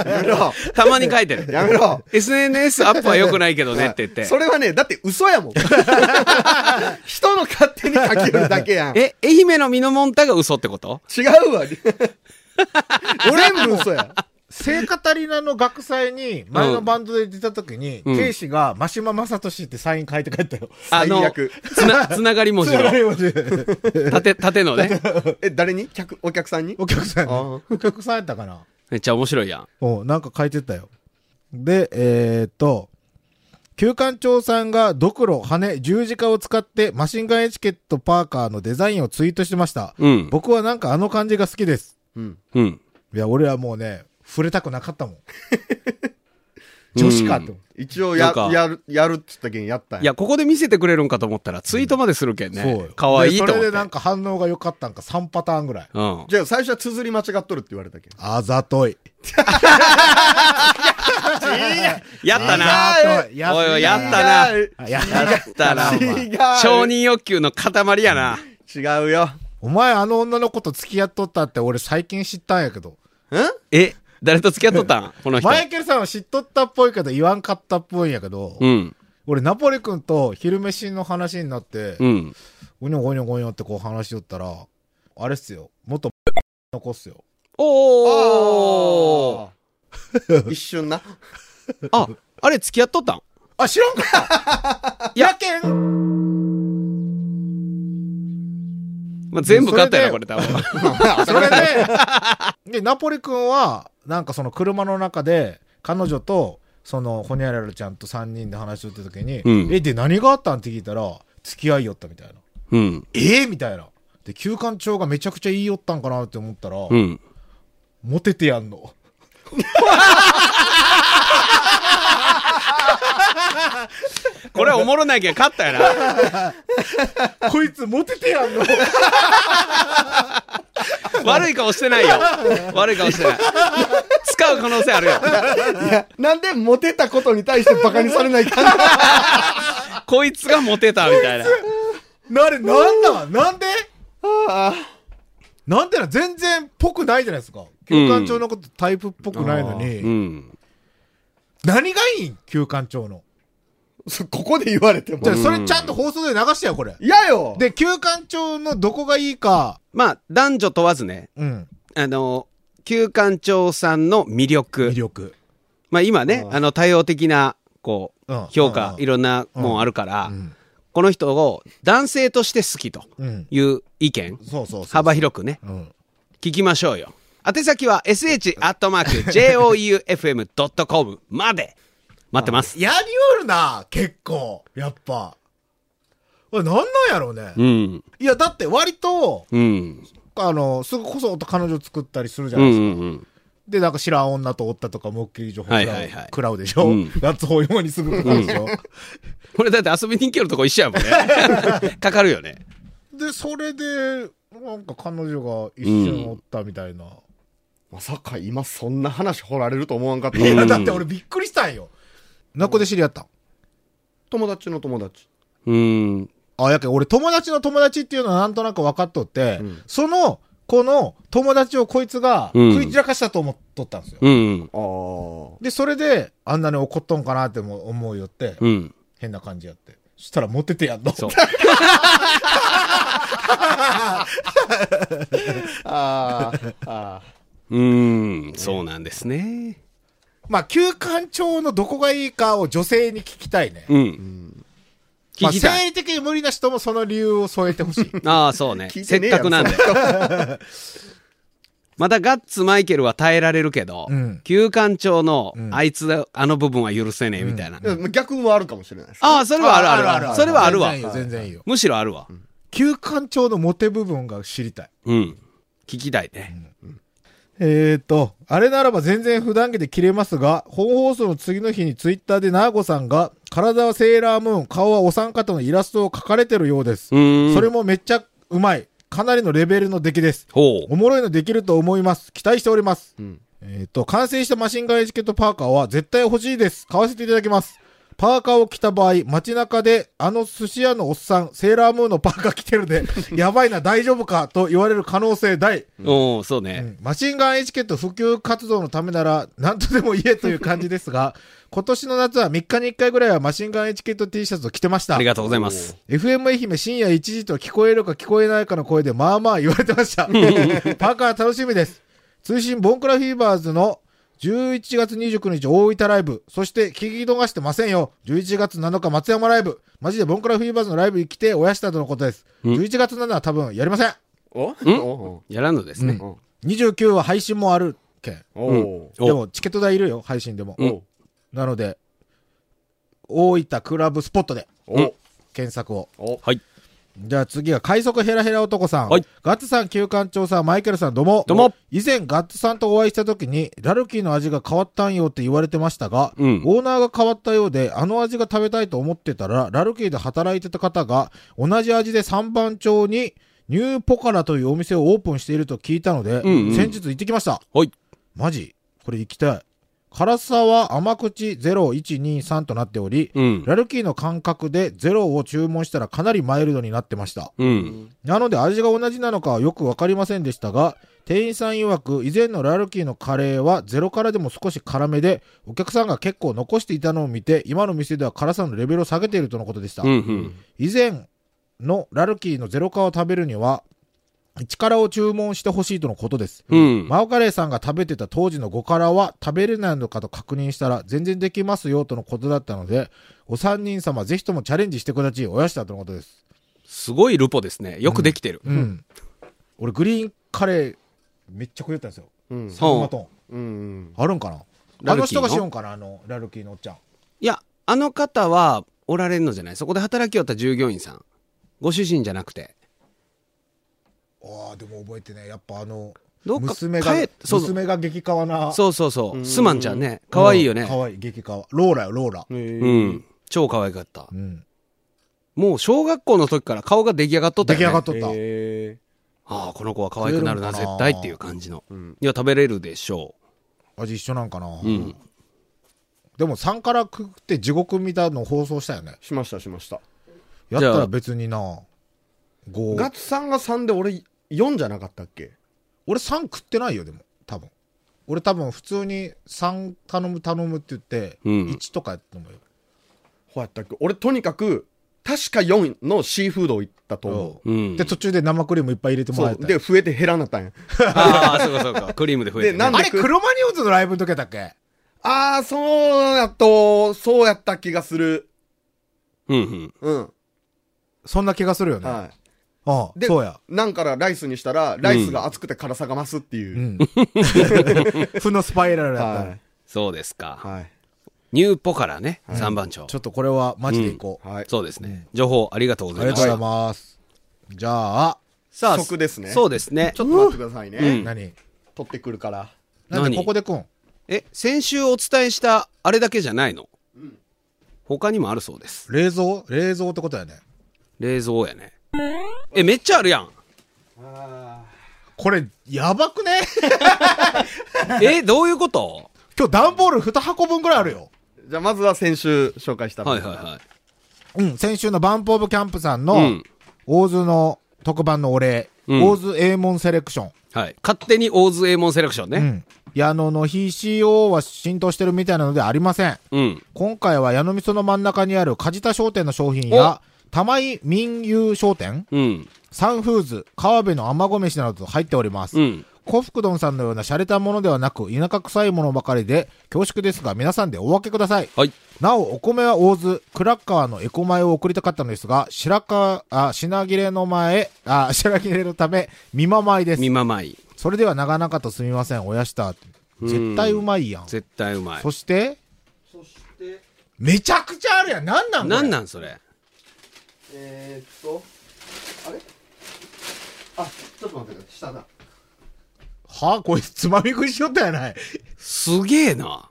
[SPEAKER 4] やめろ。
[SPEAKER 3] たまに書いてる。
[SPEAKER 4] やめろ。
[SPEAKER 3] SNS アップは良くないけどねって言って。
[SPEAKER 4] それはね、だって嘘やもん。 人の勝手に書きよるだけやん。
[SPEAKER 3] え、愛媛のミノモンタが嘘ってこと
[SPEAKER 4] 違うわ。全部嘘や。
[SPEAKER 2] 聖カタリナの学祭に前のバンドで出た時に、
[SPEAKER 3] うん
[SPEAKER 2] ケイシがマシママサトシってサイン書いて帰ったよ。
[SPEAKER 3] あ
[SPEAKER 4] 最
[SPEAKER 3] の、
[SPEAKER 4] 悪
[SPEAKER 3] つな、つながり文 字
[SPEAKER 2] そ
[SPEAKER 3] の、
[SPEAKER 2] れは ね
[SPEAKER 3] 縦、縦のね。
[SPEAKER 4] え、誰に客、お客さんに
[SPEAKER 2] お客さん
[SPEAKER 4] あー
[SPEAKER 2] に。お客さんやったかな
[SPEAKER 3] めっちゃ面白いやん。
[SPEAKER 2] おなんか書いてたよ。で、えー、っと、旧館長さんがドクロ、羽、十字架を使ってマシンガンエチケットパーカーのデザインをツイートしてました。
[SPEAKER 3] うん。
[SPEAKER 2] 僕はなんかあの感じが好きです。
[SPEAKER 4] うん。
[SPEAKER 3] うん。
[SPEAKER 2] いや、俺はもうね、触れたくなかった もん。女子かと。
[SPEAKER 4] 一応
[SPEAKER 3] な
[SPEAKER 4] や
[SPEAKER 3] んか、
[SPEAKER 4] やる、やるっつったけんやったん
[SPEAKER 3] いや、ここで見せてくれるんかと思ったら、ツイートまでするけん
[SPEAKER 2] そう
[SPEAKER 3] ね
[SPEAKER 2] よ。。
[SPEAKER 3] かわいい
[SPEAKER 2] で
[SPEAKER 3] と
[SPEAKER 2] そ
[SPEAKER 3] 思っ
[SPEAKER 2] れ
[SPEAKER 3] て。
[SPEAKER 2] でなんか反応が良かったんか、3パターンぐらい。
[SPEAKER 3] うん。
[SPEAKER 4] じゃあ最初は綴り間違っとるって言われたけん。
[SPEAKER 2] あざとい。
[SPEAKER 3] やったな
[SPEAKER 2] あざとい。
[SPEAKER 3] おいおい、やった
[SPEAKER 4] な
[SPEAKER 3] な。
[SPEAKER 2] た。いや、
[SPEAKER 3] やったな、お前
[SPEAKER 4] 違う。
[SPEAKER 3] 承認欲求の塊やな。
[SPEAKER 4] 違うよ。ん
[SPEAKER 2] お前あの女の子と付き合っとったって俺最近知ったんやけど。
[SPEAKER 3] え、誰と付き合っとったんこの人。
[SPEAKER 2] マイケルさんは知っとったっぽいけど言わんかったっぽいんやけど、
[SPEAKER 3] うん。
[SPEAKER 2] 俺ナポリ君と昼飯の話になって、
[SPEAKER 3] うん。
[SPEAKER 2] ゴニョゴニョゴニョってこう話しよったら、あれっすよ、元 残っすよ。
[SPEAKER 3] おー。
[SPEAKER 4] 一瞬な。
[SPEAKER 3] あ、あれ付き合っとったん
[SPEAKER 2] あ、知らんかったやけん
[SPEAKER 3] まあ、全部買ったよ
[SPEAKER 2] そ
[SPEAKER 3] な、こ
[SPEAKER 2] れ
[SPEAKER 3] れ多分。
[SPEAKER 2] それで、で、 ナポリ君は、なんかその車の中で、彼女と、その、ホニャララちゃんと3人で話しよった時に、
[SPEAKER 3] うん
[SPEAKER 2] え、で、何があったんって聞いたら、付き合いよったみたいな。
[SPEAKER 3] うん。
[SPEAKER 2] えーみたいな。で、休館長がめちゃくちゃ言いよったんかなって思ったら、
[SPEAKER 3] うん。
[SPEAKER 2] モテてやんの。
[SPEAKER 3] これおもろないけん勝ったよ な。
[SPEAKER 2] こいつモテてやんの。
[SPEAKER 3] 悪い顔してないよ。悪い顔してない。使う可能性あるよ。
[SPEAKER 4] いや、なんでモテたことに対してバカにされないかんの
[SPEAKER 3] こいつがモテたみたいな。
[SPEAKER 2] なれ、なんだなんで
[SPEAKER 4] あ
[SPEAKER 2] なんてな、全然ぽくないじゃないですか。休館長のことタイプっぽくないのに、
[SPEAKER 3] うん。
[SPEAKER 2] 何がいいん休館長の。
[SPEAKER 4] ー そここで言われても
[SPEAKER 2] じゃ。あそれちゃんと放送で流してよ、これ。
[SPEAKER 4] 嫌よ
[SPEAKER 2] で、休館長のどこがいいか、
[SPEAKER 3] まあ、男女問わずね、
[SPEAKER 2] うん、
[SPEAKER 3] あの、旧館長さんの魅力。
[SPEAKER 2] 魅力。
[SPEAKER 3] まあ今ね、
[SPEAKER 4] うん
[SPEAKER 3] あの、多様的な、こう
[SPEAKER 2] うん、
[SPEAKER 3] 評価、
[SPEAKER 2] うん
[SPEAKER 3] いろんなもんあるから、
[SPEAKER 2] うん。
[SPEAKER 3] この人を男性として好きと
[SPEAKER 2] うん。
[SPEAKER 3] いう意見、
[SPEAKER 2] そうそうそう。
[SPEAKER 3] 幅広くね、
[SPEAKER 2] うん。
[SPEAKER 3] 聞きましょうよ。宛先は sh.joufm.com まで待ってます。
[SPEAKER 2] やりおるな、結構。やっぱ。これなんなんやろうね。
[SPEAKER 3] うん。
[SPEAKER 2] いや、だって割と、
[SPEAKER 3] うん。
[SPEAKER 2] あの、すぐこそっと彼女作ったりするじゃ
[SPEAKER 3] う
[SPEAKER 2] なんいうですか。
[SPEAKER 3] んうん。
[SPEAKER 2] で、なんか知らん女とおったとか、もっきり情報
[SPEAKER 3] は
[SPEAKER 2] 食
[SPEAKER 3] い
[SPEAKER 2] らう,、
[SPEAKER 3] はいはい
[SPEAKER 2] 食らうでしょ、
[SPEAKER 3] うん
[SPEAKER 2] ガッツ法要にすぐ食らうでしょ、
[SPEAKER 3] これだって遊びに来るとこ一緒やも んね。かかるよね。
[SPEAKER 2] で、それで、なんか彼女が一瞬おったみたいな。
[SPEAKER 4] まさか今そんな話掘られると思わんかった。
[SPEAKER 3] うん
[SPEAKER 2] いや、だって俺びっくりしたんよ。なっこで知り合ったん
[SPEAKER 4] 友達の友達。
[SPEAKER 3] うん。
[SPEAKER 2] あ、やけん俺友達の友達っていうのはなんとなく分かっとって、
[SPEAKER 4] うん
[SPEAKER 2] その、この友達をこいつが
[SPEAKER 3] うん
[SPEAKER 2] 食い散らかしたと思っとったんですよ。
[SPEAKER 3] うん。
[SPEAKER 4] ああ。
[SPEAKER 2] で、それで、あんなに怒っとんかなっても思うよって、
[SPEAKER 3] うん。
[SPEAKER 2] 変な感じやって。そしたらモテてやんの。
[SPEAKER 3] そう。
[SPEAKER 4] あーあ
[SPEAKER 3] うん。そうなんですね。
[SPEAKER 2] まあ、休館長のどこがいいかを女性に聞きたいね。
[SPEAKER 3] う。
[SPEAKER 4] ー。うんん。
[SPEAKER 2] まあ、
[SPEAKER 3] 聞きたい。
[SPEAKER 2] 生理的に無理な人もその理由を添えてほしい。
[SPEAKER 3] ああ、そうね。
[SPEAKER 4] 聞い
[SPEAKER 3] せ
[SPEAKER 4] てね
[SPEAKER 3] っ
[SPEAKER 4] えや
[SPEAKER 3] か
[SPEAKER 4] ろ
[SPEAKER 3] くなんで。またガッツマイケルは耐えられるけど、
[SPEAKER 2] うん
[SPEAKER 3] 旧館長の
[SPEAKER 2] うん
[SPEAKER 3] あいつだ、あの部分は許せねえみたいな。
[SPEAKER 4] でも逆もあるかもしれないです。
[SPEAKER 3] ああ、それは あるあるある。それはあるわ。
[SPEAKER 2] 全然いいよ、全然いいよ。
[SPEAKER 3] むしろあるわ。
[SPEAKER 2] 休館長のモテ部分が知りたい。
[SPEAKER 3] うん。聞きたいね。
[SPEAKER 2] えーと、あれならば全然普段着で切れますが、本放送の次の日にツイッターでナーゴさんが、体はセーラームーン、顔はお三方のイラストを描かれてるようです
[SPEAKER 3] う。ーん。
[SPEAKER 2] それもめっちゃうまい。かなりのレベルの出来です。
[SPEAKER 3] ほう。
[SPEAKER 2] おもろいのできると思います。期待しております。
[SPEAKER 4] うん。
[SPEAKER 2] えっ、と、完成したマシンガンエチケットパーカーは絶対欲しいです。買わせていただきます。パーカーを着た場合、街中で、あの寿司屋のおっさん、セーラームーンのパーカー着てる で、やばいな、大丈夫かと言われる可能性大。
[SPEAKER 3] おおそう
[SPEAKER 2] う
[SPEAKER 3] ね。
[SPEAKER 2] んマシンガンエチケット普及活動のためなら、何とでも言えという感じですが、今年の夏は3日に1回ぐらいはマシンガンエチケット T シャツを着てました
[SPEAKER 3] あり。がとうございます。
[SPEAKER 2] FM 愛媛深夜1時と聞こえるか聞こえないかの声でまあまあ言われてま した。パーカー楽しみです。通信ボンクラフィーバーズの11月29日大分ライブ、そして聞き逃してませんよ。11月7日松山ライブ。マジでボンクラフィーバーズのライブに来ておやしたとのことです。
[SPEAKER 3] うん
[SPEAKER 2] 11月7日は多分やりません。
[SPEAKER 4] おお
[SPEAKER 3] やらんのですね。
[SPEAKER 4] お
[SPEAKER 2] 29は配信もあるけん。
[SPEAKER 4] おお
[SPEAKER 3] お
[SPEAKER 2] でもチケット代いるよ、配信でも。
[SPEAKER 3] うん
[SPEAKER 4] お
[SPEAKER 2] なので、大分クラブスポットで
[SPEAKER 4] お
[SPEAKER 2] 検索を。
[SPEAKER 4] お
[SPEAKER 3] はい。
[SPEAKER 2] じゃあ次は快速ヘラヘラ男さん。
[SPEAKER 3] はい
[SPEAKER 2] ガッツさん、旧館長さん、マイケルさん、どうも。
[SPEAKER 3] どうも。
[SPEAKER 2] 以前ガッツさんとお会いした時に、ラルキーの味が変わったんよって言われてましたが、
[SPEAKER 3] うん
[SPEAKER 2] オーナーが変わったようで、あの味が食べたいと思ってたら、ラルキーで働いてた方が、同じ味で三番町に、ニューポカラというお店をオープンしていると聞いたので、
[SPEAKER 3] うんうん
[SPEAKER 2] 先日行ってきました。
[SPEAKER 3] はい。
[SPEAKER 2] マジこれ行きたい。辛さは甘口0123となっており、
[SPEAKER 3] うん。
[SPEAKER 2] ラルキーの感覚でゼロを注文したらかなりマイルドになってました。
[SPEAKER 3] うん。
[SPEAKER 2] なので味が同じなのかはよくわかりませんでしたが、店員さん曰く以前のラルキーのカレーはゼロからでも少し辛めで、お客さんが結構残していたのを見て、今の店では辛さのレベルを下げているとのことでした。
[SPEAKER 3] うん。うん。
[SPEAKER 2] 以前のラルキーのゼロカを食べるには、1辛を注文してほしいとのことです。
[SPEAKER 3] うん。
[SPEAKER 2] マオカレーさんが食べてた当時の5辛は食べれないのかと確認したら全然できますよとのことだったので、お三人様ぜひともチャレンジしてくだちいおやしたとのことです。
[SPEAKER 3] すごいルポですね。よくできてる。
[SPEAKER 2] うん。俺グリーンカレーめっちゃ食えたんですよ。
[SPEAKER 4] うん
[SPEAKER 2] サンマトン。
[SPEAKER 4] うん
[SPEAKER 2] あるんかなあ
[SPEAKER 3] ラル
[SPEAKER 2] の
[SPEAKER 3] キー
[SPEAKER 2] 人
[SPEAKER 3] の
[SPEAKER 2] がしようんかなあの、ラルキーのおっちゃん。
[SPEAKER 3] いや、あの方はおられんのじゃないそこで働きよった従業員さん。ご主人じゃなくて。
[SPEAKER 2] ああ、でも覚えてね。やっぱあの、
[SPEAKER 3] どっか
[SPEAKER 2] 娘が
[SPEAKER 3] 帰っ、そうそう
[SPEAKER 2] 娘が激カワな。
[SPEAKER 3] そうそうそうう。
[SPEAKER 4] ん
[SPEAKER 3] すまんちゃんね。可愛いよね。
[SPEAKER 2] かわいい、激カワ。ローラよ、ローラ。
[SPEAKER 3] う。
[SPEAKER 4] うん
[SPEAKER 3] 超可愛かった
[SPEAKER 2] う。ん。
[SPEAKER 3] もう小学校の時から顔が出来上がっとった
[SPEAKER 2] 出
[SPEAKER 3] よ
[SPEAKER 2] 来上
[SPEAKER 3] ね。
[SPEAKER 2] がっとった。
[SPEAKER 4] え
[SPEAKER 3] ああ、この子は可愛くなるな、
[SPEAKER 2] 食えるん
[SPEAKER 3] 絶
[SPEAKER 2] かな
[SPEAKER 3] 対っていう感じの。
[SPEAKER 4] うん
[SPEAKER 3] いや、食べれるでしょ
[SPEAKER 2] 味一緒なんかな
[SPEAKER 3] う。うん。
[SPEAKER 2] でも3から食って地獄見たの放送したよね。
[SPEAKER 4] しましたしました
[SPEAKER 2] やったら別にな。
[SPEAKER 4] ガ
[SPEAKER 2] 5
[SPEAKER 4] ッ。ツさんが3で俺4じゃなかったっけ
[SPEAKER 2] 俺3食ってないよ、でも。多分。俺多分普通に3頼む頼むって言って、
[SPEAKER 3] うん
[SPEAKER 2] 1とかやったと思うよ。
[SPEAKER 4] ほうやったっけ俺とにかく確か4のシーフード行ったと思
[SPEAKER 3] うん。
[SPEAKER 2] で、途中で生クリームいっぱい入れて
[SPEAKER 4] う
[SPEAKER 2] もら
[SPEAKER 4] そ
[SPEAKER 2] え
[SPEAKER 4] う
[SPEAKER 2] たよ。
[SPEAKER 4] で増えて減らなったんや
[SPEAKER 3] ああ、そうかそうか。クリームで増えて、ね。
[SPEAKER 4] でなん
[SPEAKER 2] あれ、クロマニオンズのライブの時やったっけ
[SPEAKER 4] ああそうやとそうやった気がする
[SPEAKER 3] うんうん。
[SPEAKER 4] うん
[SPEAKER 2] そんな気がするよね。あ
[SPEAKER 4] はい
[SPEAKER 2] あ、
[SPEAKER 4] で
[SPEAKER 2] そうや。
[SPEAKER 4] なんからライスにしたら、ライスが熱くて辛さが増すっていうう。
[SPEAKER 2] ん。負のスパイラルやった。
[SPEAKER 4] はい。
[SPEAKER 3] そうですか。
[SPEAKER 4] はい。
[SPEAKER 3] ニューポからね、三番町
[SPEAKER 2] ちょ。っとこれはマジでいこう。
[SPEAKER 4] はい。
[SPEAKER 3] そうですね。情報ありがとうご
[SPEAKER 2] あ
[SPEAKER 3] ざ
[SPEAKER 2] り
[SPEAKER 3] い
[SPEAKER 2] が
[SPEAKER 3] ま
[SPEAKER 2] とうござ
[SPEAKER 3] した
[SPEAKER 2] い。ます。じゃあ、
[SPEAKER 3] さあ、
[SPEAKER 4] 即ですね
[SPEAKER 3] そうですね
[SPEAKER 4] ち。ょっと待ってくださいね。
[SPEAKER 3] うん
[SPEAKER 2] 何
[SPEAKER 4] 取ってくるから。
[SPEAKER 2] なん
[SPEAKER 3] 何
[SPEAKER 2] でここでくん
[SPEAKER 3] え、先週お伝えしたあれだけじゃないの他にもあるそうです。
[SPEAKER 2] 冷蔵冷蔵ってことだよね。
[SPEAKER 3] 冷蔵やね。え、めっちゃあるやん。
[SPEAKER 2] これ、やばくね
[SPEAKER 3] え、どういうこと
[SPEAKER 2] 今日段ボール2箱分ぐらいあるよ。
[SPEAKER 4] じゃあまずは先週紹介した。
[SPEAKER 3] はいはいは
[SPEAKER 2] うん、先週のバンプオブキャンプさんの、
[SPEAKER 3] うん
[SPEAKER 2] 大津の特番のお礼、
[SPEAKER 3] うん
[SPEAKER 2] 大津エーモンセレクション。
[SPEAKER 3] い。はい。勝手に大津エモンセレクション
[SPEAKER 2] う
[SPEAKER 3] ね。
[SPEAKER 2] ん。矢野の PCO は浸透してるみたいなのではありません。
[SPEAKER 3] うん。
[SPEAKER 2] 今回は矢野味噌の真ん中にある梶田商店の商品や、玉井民友商店、
[SPEAKER 3] うん。
[SPEAKER 2] サンフーズ、川辺の甘ご飯などと入っております。
[SPEAKER 3] うん。
[SPEAKER 2] 幸福丼さんのような洒落たものではなく、田舎臭いものばかりで、恐縮ですが、皆さんでお分けください。
[SPEAKER 3] はい。
[SPEAKER 2] なお、お米は大津、倉川のエコ米を送りたかったのですが、白川、あ、品切れの前、あ、 品切れのため、見ままいです
[SPEAKER 3] 見。ままい。
[SPEAKER 2] それでは長々とすみません、おやした。絶対うまいやん。
[SPEAKER 3] 絶対うまい
[SPEAKER 2] そ。して、めちゃくちゃあるやん。なんなんこれ
[SPEAKER 3] なんなんそれ。
[SPEAKER 4] えー、っと、あれあ、ちょっと待ってください。下だ。
[SPEAKER 2] はあ、こいつつまみ食いしよったやない。
[SPEAKER 3] すげえな。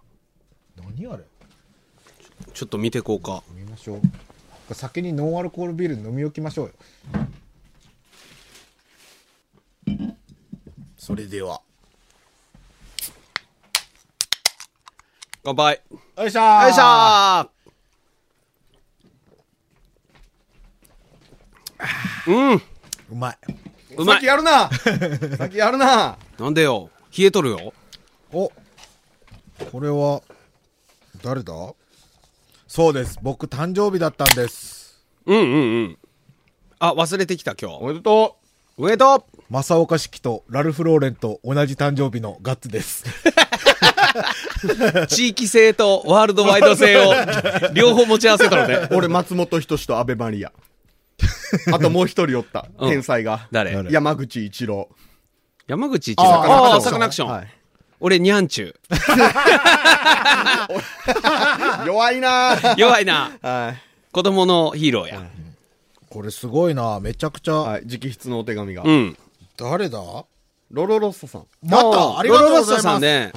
[SPEAKER 2] 何あれ
[SPEAKER 3] ちょっと見てこうか。
[SPEAKER 2] 飲みましょう。先にノンアルコールビール飲み置きましょうよ。それでは。
[SPEAKER 3] 乾杯。
[SPEAKER 2] よいしょー
[SPEAKER 3] よいしょーうん
[SPEAKER 2] うまい。
[SPEAKER 3] うまい
[SPEAKER 4] 先や るな先やるな
[SPEAKER 3] なんでよ冷えとるよ
[SPEAKER 2] おこれは、誰だそうです。僕誕生日だったんです。
[SPEAKER 3] うんうんうんあ忘れてきた今日
[SPEAKER 4] おめでと
[SPEAKER 3] おめでとう
[SPEAKER 2] 正岡式とラルフ・ローレンと同じ誕生日のガッツです。
[SPEAKER 3] 地域性とワールドワイド性 を両方持ち合わせたので
[SPEAKER 4] う俺、松本人志と安倍マ リア。あともう一人おった。
[SPEAKER 3] うん
[SPEAKER 4] 天才が。
[SPEAKER 3] 誰
[SPEAKER 2] 誰
[SPEAKER 4] 山口 一郎。
[SPEAKER 3] 山口一
[SPEAKER 2] あー
[SPEAKER 3] 郎あ
[SPEAKER 2] あ
[SPEAKER 3] ー
[SPEAKER 2] ー
[SPEAKER 3] サカナクション、
[SPEAKER 4] はい
[SPEAKER 3] 俺ニャンチュ
[SPEAKER 4] 弱 いな
[SPEAKER 3] 弱いな
[SPEAKER 4] はい。
[SPEAKER 3] 子供のヒーローや、
[SPEAKER 2] これすごいな。めちゃくちゃ。
[SPEAKER 4] はい。直筆のお手紙が。
[SPEAKER 3] うん
[SPEAKER 2] 誰だ
[SPEAKER 4] ロロロッソさん。
[SPEAKER 2] またありがとうござい
[SPEAKER 3] ロロロッソさ
[SPEAKER 2] ま
[SPEAKER 3] ん
[SPEAKER 2] す。
[SPEAKER 3] ね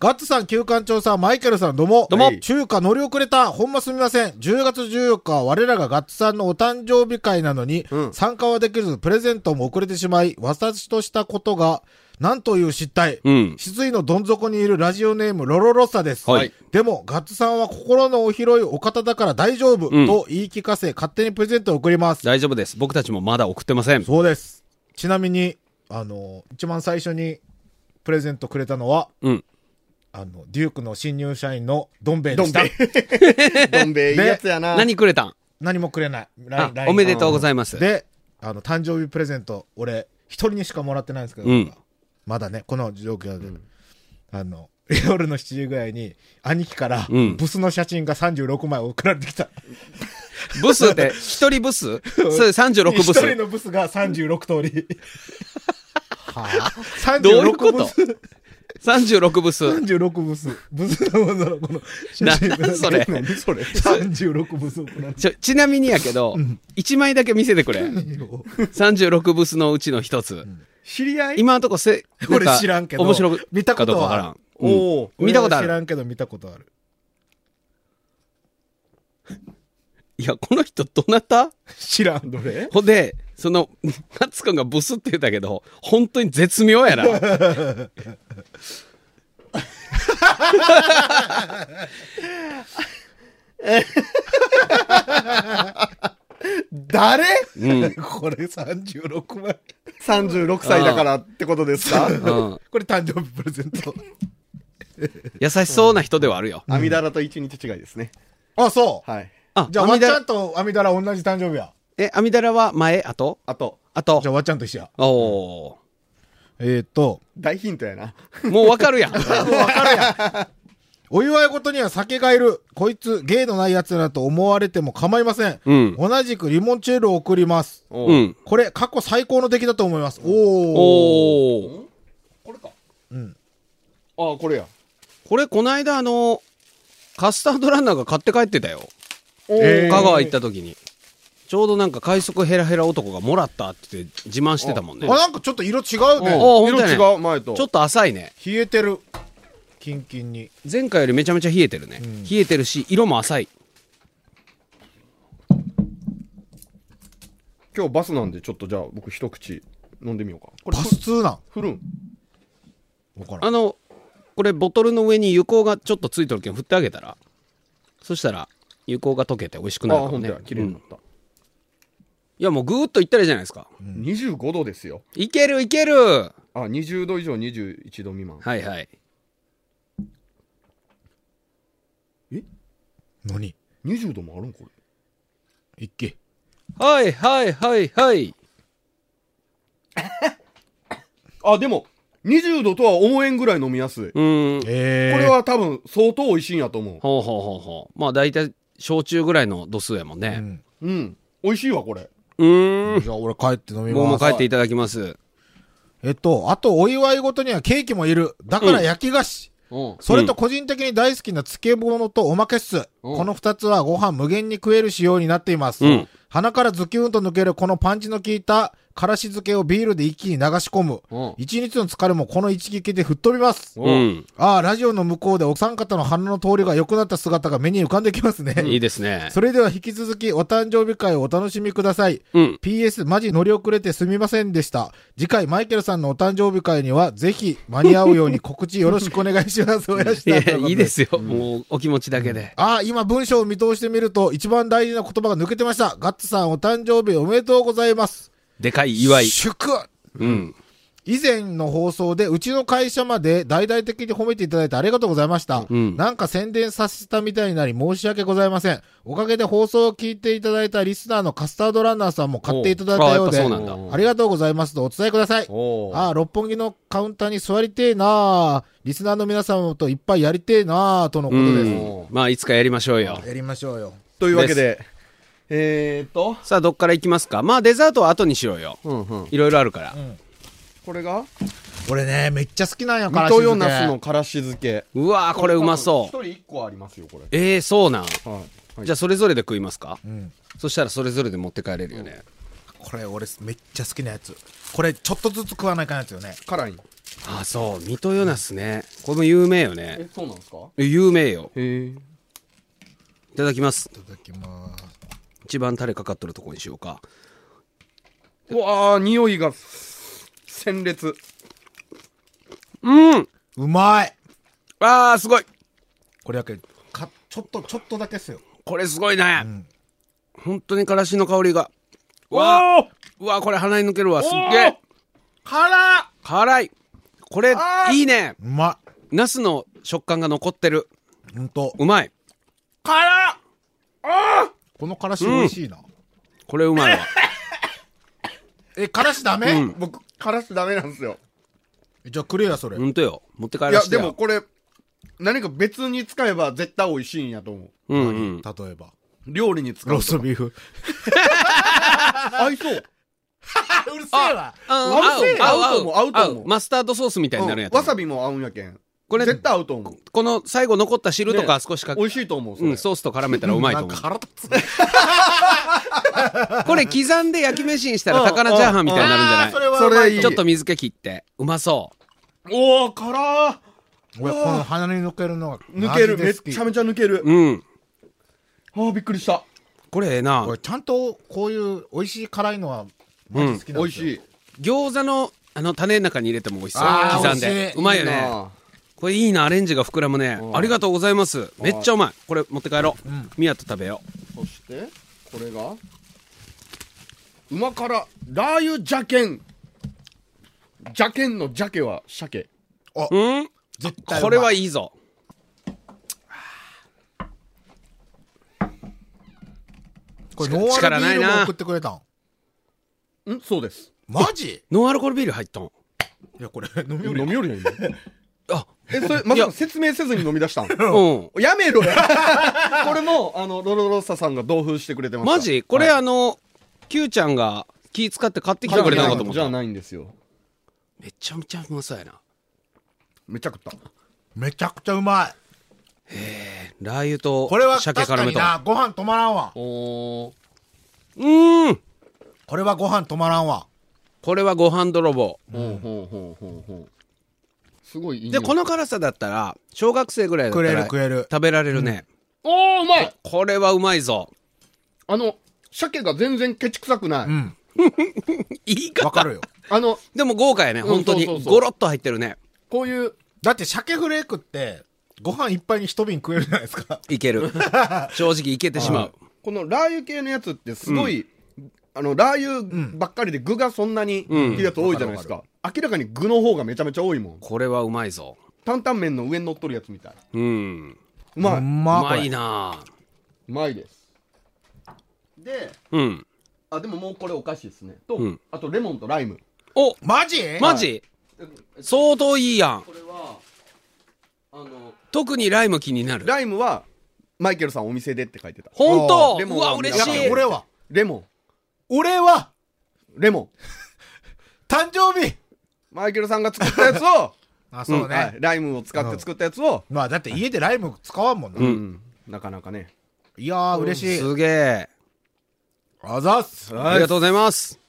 [SPEAKER 2] ガッツさん、旧館長さん、マイケルさん、どうも。
[SPEAKER 3] どうも
[SPEAKER 2] はい中華乗り遅れた。ほんますみません。10月14日は我らがガッツさんのお誕生日会なのに、
[SPEAKER 4] うん
[SPEAKER 2] 参加はできず、プレゼントも遅れてしまい、私としたことが、なんという失態。
[SPEAKER 3] うん
[SPEAKER 2] 失意のどん底にいるラジオネーム、ロロロッサです。
[SPEAKER 3] はい
[SPEAKER 2] でも、ガッツさんは心のお広いお方だから大丈夫、
[SPEAKER 3] うん
[SPEAKER 2] と言い聞かせ、勝手にプレゼントを送ります。
[SPEAKER 3] 大丈夫です僕たちもまだ送ってません
[SPEAKER 2] そうです。ちなみに、あの、一番最初にプレゼントくれたのは、
[SPEAKER 3] うん
[SPEAKER 2] あの、デュークの新入社員のどん兵衛でした。
[SPEAKER 4] どん兵衛いいやつや な。
[SPEAKER 3] 何くれたん
[SPEAKER 2] 何もくれない。ライ
[SPEAKER 3] あ
[SPEAKER 2] ンライン
[SPEAKER 3] おめでとうございます
[SPEAKER 2] で、あの、誕生日プレゼント、俺、一人にしかもらってないんですけど、
[SPEAKER 3] うん
[SPEAKER 2] まだね、この状況で、あの、 夜の7時ぐらいに、兄貴から、
[SPEAKER 3] うん
[SPEAKER 2] ブスの写真が36枚送られてきた。
[SPEAKER 3] ブスって一人ブスそれ36ブ
[SPEAKER 2] 一
[SPEAKER 3] ス
[SPEAKER 2] 人のブスが36通 り。はぁ、あ、
[SPEAKER 3] どういうこ
[SPEAKER 2] 36
[SPEAKER 3] と
[SPEAKER 2] ブス。
[SPEAKER 3] 36ブス。
[SPEAKER 2] 36ブス。ブスの女の子の写
[SPEAKER 3] な
[SPEAKER 2] 真
[SPEAKER 3] な
[SPEAKER 2] が
[SPEAKER 3] ん それ
[SPEAKER 4] 何 それ
[SPEAKER 2] 36ブス送られて
[SPEAKER 3] ちょ、ちなみにやけど、1枚だけ見せてくれ。
[SPEAKER 2] きたよ。
[SPEAKER 3] 36ブスのうちの一つ。
[SPEAKER 4] 知り合い
[SPEAKER 3] 今のとこせ、
[SPEAKER 2] これ
[SPEAKER 3] なか
[SPEAKER 2] 知らんけど
[SPEAKER 3] 面白く
[SPEAKER 2] 見たこと
[SPEAKER 3] かどうか
[SPEAKER 2] はあ
[SPEAKER 3] わか
[SPEAKER 2] る
[SPEAKER 3] らん。
[SPEAKER 4] おお
[SPEAKER 3] 見たことあ
[SPEAKER 2] 俺は知
[SPEAKER 3] る。
[SPEAKER 2] らんけど見たことある。
[SPEAKER 3] いや、この人どなた
[SPEAKER 2] 知らん。
[SPEAKER 4] どれ
[SPEAKER 3] ほんで、その、マツコがブスって言ったけど、本当に絶妙 やな。
[SPEAKER 2] 誰
[SPEAKER 3] うん。
[SPEAKER 2] これ36枚。
[SPEAKER 4] ?36 歳だからってことですか
[SPEAKER 3] うん、
[SPEAKER 2] これ誕生日プレゼント。
[SPEAKER 3] 優しそうな人ではあるよ。
[SPEAKER 4] 阿弥陀羅と一日違いですね。
[SPEAKER 2] あ、そう。
[SPEAKER 4] はい。
[SPEAKER 3] あ、
[SPEAKER 2] じゃあ、
[SPEAKER 3] ア
[SPEAKER 2] わ
[SPEAKER 3] ミ
[SPEAKER 2] っち
[SPEAKER 3] ダ
[SPEAKER 2] ゃんとアミダラ同じ誕生日や。
[SPEAKER 3] え、アミダラは前、あと
[SPEAKER 4] あと、
[SPEAKER 3] あと
[SPEAKER 2] じゃ。あ、わっちゃんと一緒や。
[SPEAKER 3] お
[SPEAKER 2] えっと、
[SPEAKER 4] 大ヒントやな。
[SPEAKER 3] ー。もうわ かるやん。
[SPEAKER 2] お祝い事には酒がいる。こいつ、芸のない奴だと思われても構いません。
[SPEAKER 3] うん
[SPEAKER 2] 同じくリモンチェールを送ります。
[SPEAKER 4] お
[SPEAKER 3] う。
[SPEAKER 4] うん
[SPEAKER 2] これ、過去最高の出来だと思います。おー。
[SPEAKER 3] おー。
[SPEAKER 4] これか。うん。ああ、これや。
[SPEAKER 3] これこないだあのカスタードランナーが買って帰ってたよ。
[SPEAKER 2] えー
[SPEAKER 3] 香川行った時に。ちょうどなんか快速ヘラヘラ男がもらったって言って自慢してたもんね。
[SPEAKER 2] あ、なんかちょっと色違う
[SPEAKER 3] お
[SPEAKER 2] ね。
[SPEAKER 3] お
[SPEAKER 4] 色
[SPEAKER 3] 本当やね
[SPEAKER 4] 違う前と
[SPEAKER 3] ちょっと浅いね。
[SPEAKER 2] 冷えてる。キンキンに。
[SPEAKER 3] 前回よりめちゃめちゃ冷えてるね。
[SPEAKER 2] ん
[SPEAKER 3] 冷えてるし、色も浅い。
[SPEAKER 4] 今日バスなんでちょっとじゃあ僕一口飲んでみようかこれ
[SPEAKER 2] パス通なん。
[SPEAKER 4] 振るん
[SPEAKER 2] わからん。
[SPEAKER 3] あの、これボトルの上に油膏がちょっとついてるけん振ってあげたら。そしたら、油膏が溶けて美味しくなる
[SPEAKER 4] あ
[SPEAKER 3] かも
[SPEAKER 4] 本当
[SPEAKER 3] ね
[SPEAKER 4] や。綺麗
[SPEAKER 3] う
[SPEAKER 4] に
[SPEAKER 3] ん
[SPEAKER 4] なった、
[SPEAKER 3] いやもうぐーっといったらいいじゃないですか。
[SPEAKER 4] 25度ですよ
[SPEAKER 3] いけるいけるは
[SPEAKER 4] あ20度以上21度未満
[SPEAKER 3] いはい。
[SPEAKER 2] 何
[SPEAKER 4] 20度もあるんこれ
[SPEAKER 2] 一気。
[SPEAKER 3] はいはいはいはい。
[SPEAKER 4] あでも20度とは思えんぐらい飲みやすい、
[SPEAKER 3] うーん。
[SPEAKER 2] えー。
[SPEAKER 4] これは多分相当美味しいんやと思
[SPEAKER 3] ほうほうほうほう。まあ大体、焼酎ぐらいの度数やもん
[SPEAKER 2] う
[SPEAKER 3] ね。
[SPEAKER 2] ん。
[SPEAKER 4] ううん美味しいわこれ
[SPEAKER 3] うーん。
[SPEAKER 2] じゃあ俺帰って飲み
[SPEAKER 3] 僕
[SPEAKER 2] ま
[SPEAKER 3] も
[SPEAKER 2] す
[SPEAKER 3] 帰。っていただきます。
[SPEAKER 2] えっと、あとお祝いごとにはケーキもいる。だから焼き菓子。
[SPEAKER 4] うん
[SPEAKER 2] それと個人的に大好きな漬物とおまけっす。
[SPEAKER 4] うん
[SPEAKER 2] この二つはご飯無限に食える仕様になっています。
[SPEAKER 3] うん
[SPEAKER 2] 鼻からズキュンと抜けるこのパンチの効いたからし漬けをビールで一気に流し込む。
[SPEAKER 4] うん
[SPEAKER 2] 一日の疲れもこの一撃で吹っ飛びます。
[SPEAKER 3] う
[SPEAKER 4] うん
[SPEAKER 3] ん。
[SPEAKER 2] ああ、ラジオの向こうでお三方の鼻の通りが良くなった姿が目に浮かんできますね。
[SPEAKER 3] いいですね。
[SPEAKER 2] それでは引き続きお誕生日会をお楽しみください。
[SPEAKER 3] うん。
[SPEAKER 2] PS マジ乗り遅れてすみませんでした。次回マイケルさんのお誕生日会にはぜひ間に合うように告知よろしくお願いします。おやし
[SPEAKER 3] い
[SPEAKER 2] た
[SPEAKER 3] や、いいで。すよ。もう、お気持ちだけで。
[SPEAKER 2] ああ、今文章を見通してみると一番大事な言葉が抜けてました。ガッツさんお誕生日おめでとうございます。
[SPEAKER 3] でかい祝い。
[SPEAKER 2] 祝
[SPEAKER 3] うん。
[SPEAKER 2] 以前の放送で、うちの会社まで大々的に褒めていただいてありがとうございました。
[SPEAKER 3] うん
[SPEAKER 2] なんか宣伝させたみたいになり申し訳ございません。おかげで放送を聞いていただいたリスナーのカスタードランナーさんも買っていただいたようで、
[SPEAKER 3] おうあやっぱそうなんだ
[SPEAKER 2] ありがとうございますとお伝えください。
[SPEAKER 4] おー
[SPEAKER 2] ああ、六本木のカウンターに座りてえなあリスナーの皆様といっぱいやりてえなあとのこ
[SPEAKER 3] う
[SPEAKER 2] と
[SPEAKER 3] ん
[SPEAKER 2] で。
[SPEAKER 3] まあ、いつかやりましょうよ
[SPEAKER 2] す。。やりましょうよ。
[SPEAKER 4] というわけでえー、っと
[SPEAKER 3] さあ、どっから行きますかまあ、デザートは後にしようよ。
[SPEAKER 4] うんうん
[SPEAKER 3] いろいろあるから。
[SPEAKER 4] これが
[SPEAKER 2] 俺ね、めっちゃ好きなんよ、から
[SPEAKER 4] 水
[SPEAKER 2] し
[SPEAKER 4] 戸
[SPEAKER 2] 漬
[SPEAKER 4] よ
[SPEAKER 2] け
[SPEAKER 4] ナスのからし漬け
[SPEAKER 3] うわーこれうまそ
[SPEAKER 4] 多
[SPEAKER 3] う。
[SPEAKER 4] 分一人一個ありますよこれ
[SPEAKER 3] ええ、そうなん。
[SPEAKER 4] はい、はい、
[SPEAKER 3] じゃあ、それぞれで食いますか
[SPEAKER 2] ん
[SPEAKER 3] そしたら、それぞれで持って帰れるよね。
[SPEAKER 2] これ俺めっちゃ好きなやつ。これちょっとずつ食わないかんやつよね。
[SPEAKER 4] 辛いん
[SPEAKER 3] ああ、そう。水戸ヨナスね。これも有名よね。
[SPEAKER 4] そうなんですか
[SPEAKER 3] 有名よ。
[SPEAKER 4] へえ
[SPEAKER 3] いただきます。
[SPEAKER 2] いただきます。
[SPEAKER 3] 一番タレかかっとるとこにしようか。
[SPEAKER 4] うわー匂いが鮮烈
[SPEAKER 3] うん
[SPEAKER 2] うまい
[SPEAKER 3] ああ、すごい
[SPEAKER 2] これだけかちょっとちょっとだけっすよ
[SPEAKER 3] これすごいね、本当にからしの香りが。うわあうわーこれ鼻に抜けるわ。すっげえ
[SPEAKER 2] 辛っ
[SPEAKER 3] 辛いこれ、いいね
[SPEAKER 2] うまい
[SPEAKER 3] ナスの食感が残ってる。
[SPEAKER 2] ほんと
[SPEAKER 3] うまい
[SPEAKER 2] 辛っこのからし美味しいな、
[SPEAKER 3] これうまいわ。
[SPEAKER 2] えからしダメ、
[SPEAKER 3] うん
[SPEAKER 4] 僕からしダメなんですよ
[SPEAKER 2] じゃあくれやそれ、
[SPEAKER 3] ほんとよ。持って帰
[SPEAKER 4] い
[SPEAKER 3] ら
[SPEAKER 4] や
[SPEAKER 3] せて
[SPEAKER 4] で
[SPEAKER 3] よ。
[SPEAKER 4] もこれ何か別に使えば絶対美味しいんやと思
[SPEAKER 3] う
[SPEAKER 4] う
[SPEAKER 3] んうん。
[SPEAKER 2] 例えば
[SPEAKER 4] 料理に使
[SPEAKER 2] ロー
[SPEAKER 4] う
[SPEAKER 2] ストビーフ
[SPEAKER 4] 合いそ
[SPEAKER 2] う
[SPEAKER 4] う
[SPEAKER 2] るせえわ
[SPEAKER 4] 合うせえ合うと思う合うと思う
[SPEAKER 3] マスタードソースみたいになるや
[SPEAKER 4] うん
[SPEAKER 3] つ。
[SPEAKER 4] わさびも合うんやけん
[SPEAKER 3] これ、
[SPEAKER 4] 絶対合うと思う
[SPEAKER 3] この最後残った汁とか
[SPEAKER 4] ね
[SPEAKER 3] 少しかけ、
[SPEAKER 4] 美味しいと思うそれ
[SPEAKER 3] うん、ソースと絡めたらうまい
[SPEAKER 2] な
[SPEAKER 3] と
[SPEAKER 2] ん
[SPEAKER 3] 思
[SPEAKER 2] か腹
[SPEAKER 3] う。
[SPEAKER 2] 立つ
[SPEAKER 3] これ刻んで焼き飯にしたら高菜チャーハンみたいになるんじ
[SPEAKER 2] あ
[SPEAKER 3] ゃな
[SPEAKER 2] ー
[SPEAKER 3] い
[SPEAKER 2] それは
[SPEAKER 4] それいい
[SPEAKER 3] ちょっと水気切って。うまそう。
[SPEAKER 4] おお辛ー
[SPEAKER 2] 俺この鼻に抜けるのが
[SPEAKER 4] 抜けるめ
[SPEAKER 2] マ
[SPEAKER 4] っ
[SPEAKER 2] ジで
[SPEAKER 4] ち
[SPEAKER 2] 好
[SPEAKER 4] ゃ
[SPEAKER 2] き
[SPEAKER 4] めちゃ抜ける
[SPEAKER 3] うん。
[SPEAKER 4] あーびっくりした
[SPEAKER 3] これええな。
[SPEAKER 2] 俺ちゃんとこういう美味しい辛いのはマジ好きなんで
[SPEAKER 4] 美味
[SPEAKER 2] すよ、
[SPEAKER 4] しい
[SPEAKER 3] 餃子の、あの、種の中に入れても美味しそう
[SPEAKER 2] あ。ー
[SPEAKER 3] 刻ん
[SPEAKER 2] 美味
[SPEAKER 3] で
[SPEAKER 2] し。いう
[SPEAKER 3] まいよ
[SPEAKER 4] いい
[SPEAKER 3] ね
[SPEAKER 4] な。
[SPEAKER 3] これいいな、アレンジが膨らむね
[SPEAKER 4] う。ん
[SPEAKER 3] ありがとうございます。めっちゃうまい。これ持って帰ろう。ミヤと食べよ
[SPEAKER 4] そしてこれがうま辛ラー油じゃけんじゃけんのじゃけは鮭
[SPEAKER 3] う。うん
[SPEAKER 2] 絶対うまい
[SPEAKER 3] これはいいぞ。
[SPEAKER 2] これノンアル
[SPEAKER 3] 力
[SPEAKER 2] ビ
[SPEAKER 3] ない
[SPEAKER 2] ール
[SPEAKER 3] な
[SPEAKER 2] も送ってくれたん
[SPEAKER 4] んそうです
[SPEAKER 2] マジ
[SPEAKER 3] ノンアルコールビール入ったん
[SPEAKER 2] いやこれ飲みより
[SPEAKER 4] 飲みよるやん今
[SPEAKER 3] あ、
[SPEAKER 4] えそれまさ
[SPEAKER 3] いや
[SPEAKER 4] か説明せずに飲み出したん
[SPEAKER 3] うん。
[SPEAKER 4] やめろ やこれもあのロロロッサさんが同封してくれてました
[SPEAKER 3] マジこれ、
[SPEAKER 4] はい
[SPEAKER 3] あの、Q ちゃんが気使って買ってきてくれたのかと思っ
[SPEAKER 4] じゃあ
[SPEAKER 3] た。
[SPEAKER 4] ないんですよ
[SPEAKER 3] めちゃめちゃうまそうやな。
[SPEAKER 4] めっちゃ食った
[SPEAKER 2] めちゃくちゃうまい
[SPEAKER 3] ラー油と
[SPEAKER 2] これは
[SPEAKER 3] 鮭
[SPEAKER 2] 確
[SPEAKER 3] 絡
[SPEAKER 2] か
[SPEAKER 3] め
[SPEAKER 2] に
[SPEAKER 3] と。
[SPEAKER 2] な、ご飯止まらんわ。
[SPEAKER 3] おーうーん
[SPEAKER 2] これはご飯止まらんわ。
[SPEAKER 3] これはご飯泥棒。
[SPEAKER 4] ほうほうほうほうほうすごいいい
[SPEAKER 3] で、こ
[SPEAKER 4] の
[SPEAKER 3] の辛さだったら、小学生ぐらいだった
[SPEAKER 2] 食
[SPEAKER 3] ら
[SPEAKER 2] える食え る。
[SPEAKER 3] 食べられるね、
[SPEAKER 4] おーうまい
[SPEAKER 3] これはうまいぞ。
[SPEAKER 4] あの鮭が全然ケチくさくない、
[SPEAKER 2] うん。
[SPEAKER 3] いい
[SPEAKER 2] わ
[SPEAKER 3] か。
[SPEAKER 2] かるよ。
[SPEAKER 4] あの
[SPEAKER 3] でも豪華やね、
[SPEAKER 4] うん
[SPEAKER 3] 本当に。
[SPEAKER 4] そうそうそう
[SPEAKER 3] ゴロッと入ってるね。
[SPEAKER 4] こういう
[SPEAKER 2] だって鮭フレークって、ご飯いっぱいに一瓶食えるじゃないですか。
[SPEAKER 3] いけ る。正直いけてしまう。
[SPEAKER 4] このラー油系のやつってすごい、あのラー油ばっかりで具がそんなにっていうやつ多いじゃないですか、明らかに具の方がめちゃめちゃ多いもん
[SPEAKER 3] これはうまいぞ。
[SPEAKER 4] 担々麺の上に乗っとるやつみたい
[SPEAKER 3] うん。う
[SPEAKER 4] うまい、
[SPEAKER 2] う
[SPEAKER 4] うん
[SPEAKER 2] ま
[SPEAKER 3] ま
[SPEAKER 2] これ
[SPEAKER 3] いなぁ
[SPEAKER 4] まいですで
[SPEAKER 3] うん。
[SPEAKER 4] あでももうこれお菓子ですねと、
[SPEAKER 3] うん
[SPEAKER 4] あとレモンとライム
[SPEAKER 3] お
[SPEAKER 2] マジ
[SPEAKER 3] マジ、相当いいやん。
[SPEAKER 4] これはあの
[SPEAKER 3] 特にライム気になる。
[SPEAKER 4] ライムはマイケルさんお店でって書いてた
[SPEAKER 3] 本
[SPEAKER 2] お
[SPEAKER 3] 当
[SPEAKER 4] ーレモ
[SPEAKER 3] う
[SPEAKER 4] ンは
[SPEAKER 3] わ、嬉
[SPEAKER 2] やっ
[SPEAKER 3] し
[SPEAKER 2] ぱ
[SPEAKER 3] い。
[SPEAKER 2] 俺は、
[SPEAKER 4] レモン
[SPEAKER 2] 俺は、
[SPEAKER 4] レモン
[SPEAKER 2] 誕生日
[SPEAKER 4] マイケルさんが作ったや つを、
[SPEAKER 2] あ、そう
[SPEAKER 4] は
[SPEAKER 2] ね
[SPEAKER 4] い。ライムを使って作ったやつを、
[SPEAKER 2] まあ、だって家でライム使わんもんな
[SPEAKER 4] う
[SPEAKER 3] うん。
[SPEAKER 4] なかなかね
[SPEAKER 2] いやー、嬉しい。
[SPEAKER 3] すげえ。
[SPEAKER 2] あざっす。
[SPEAKER 3] ありがとうございます。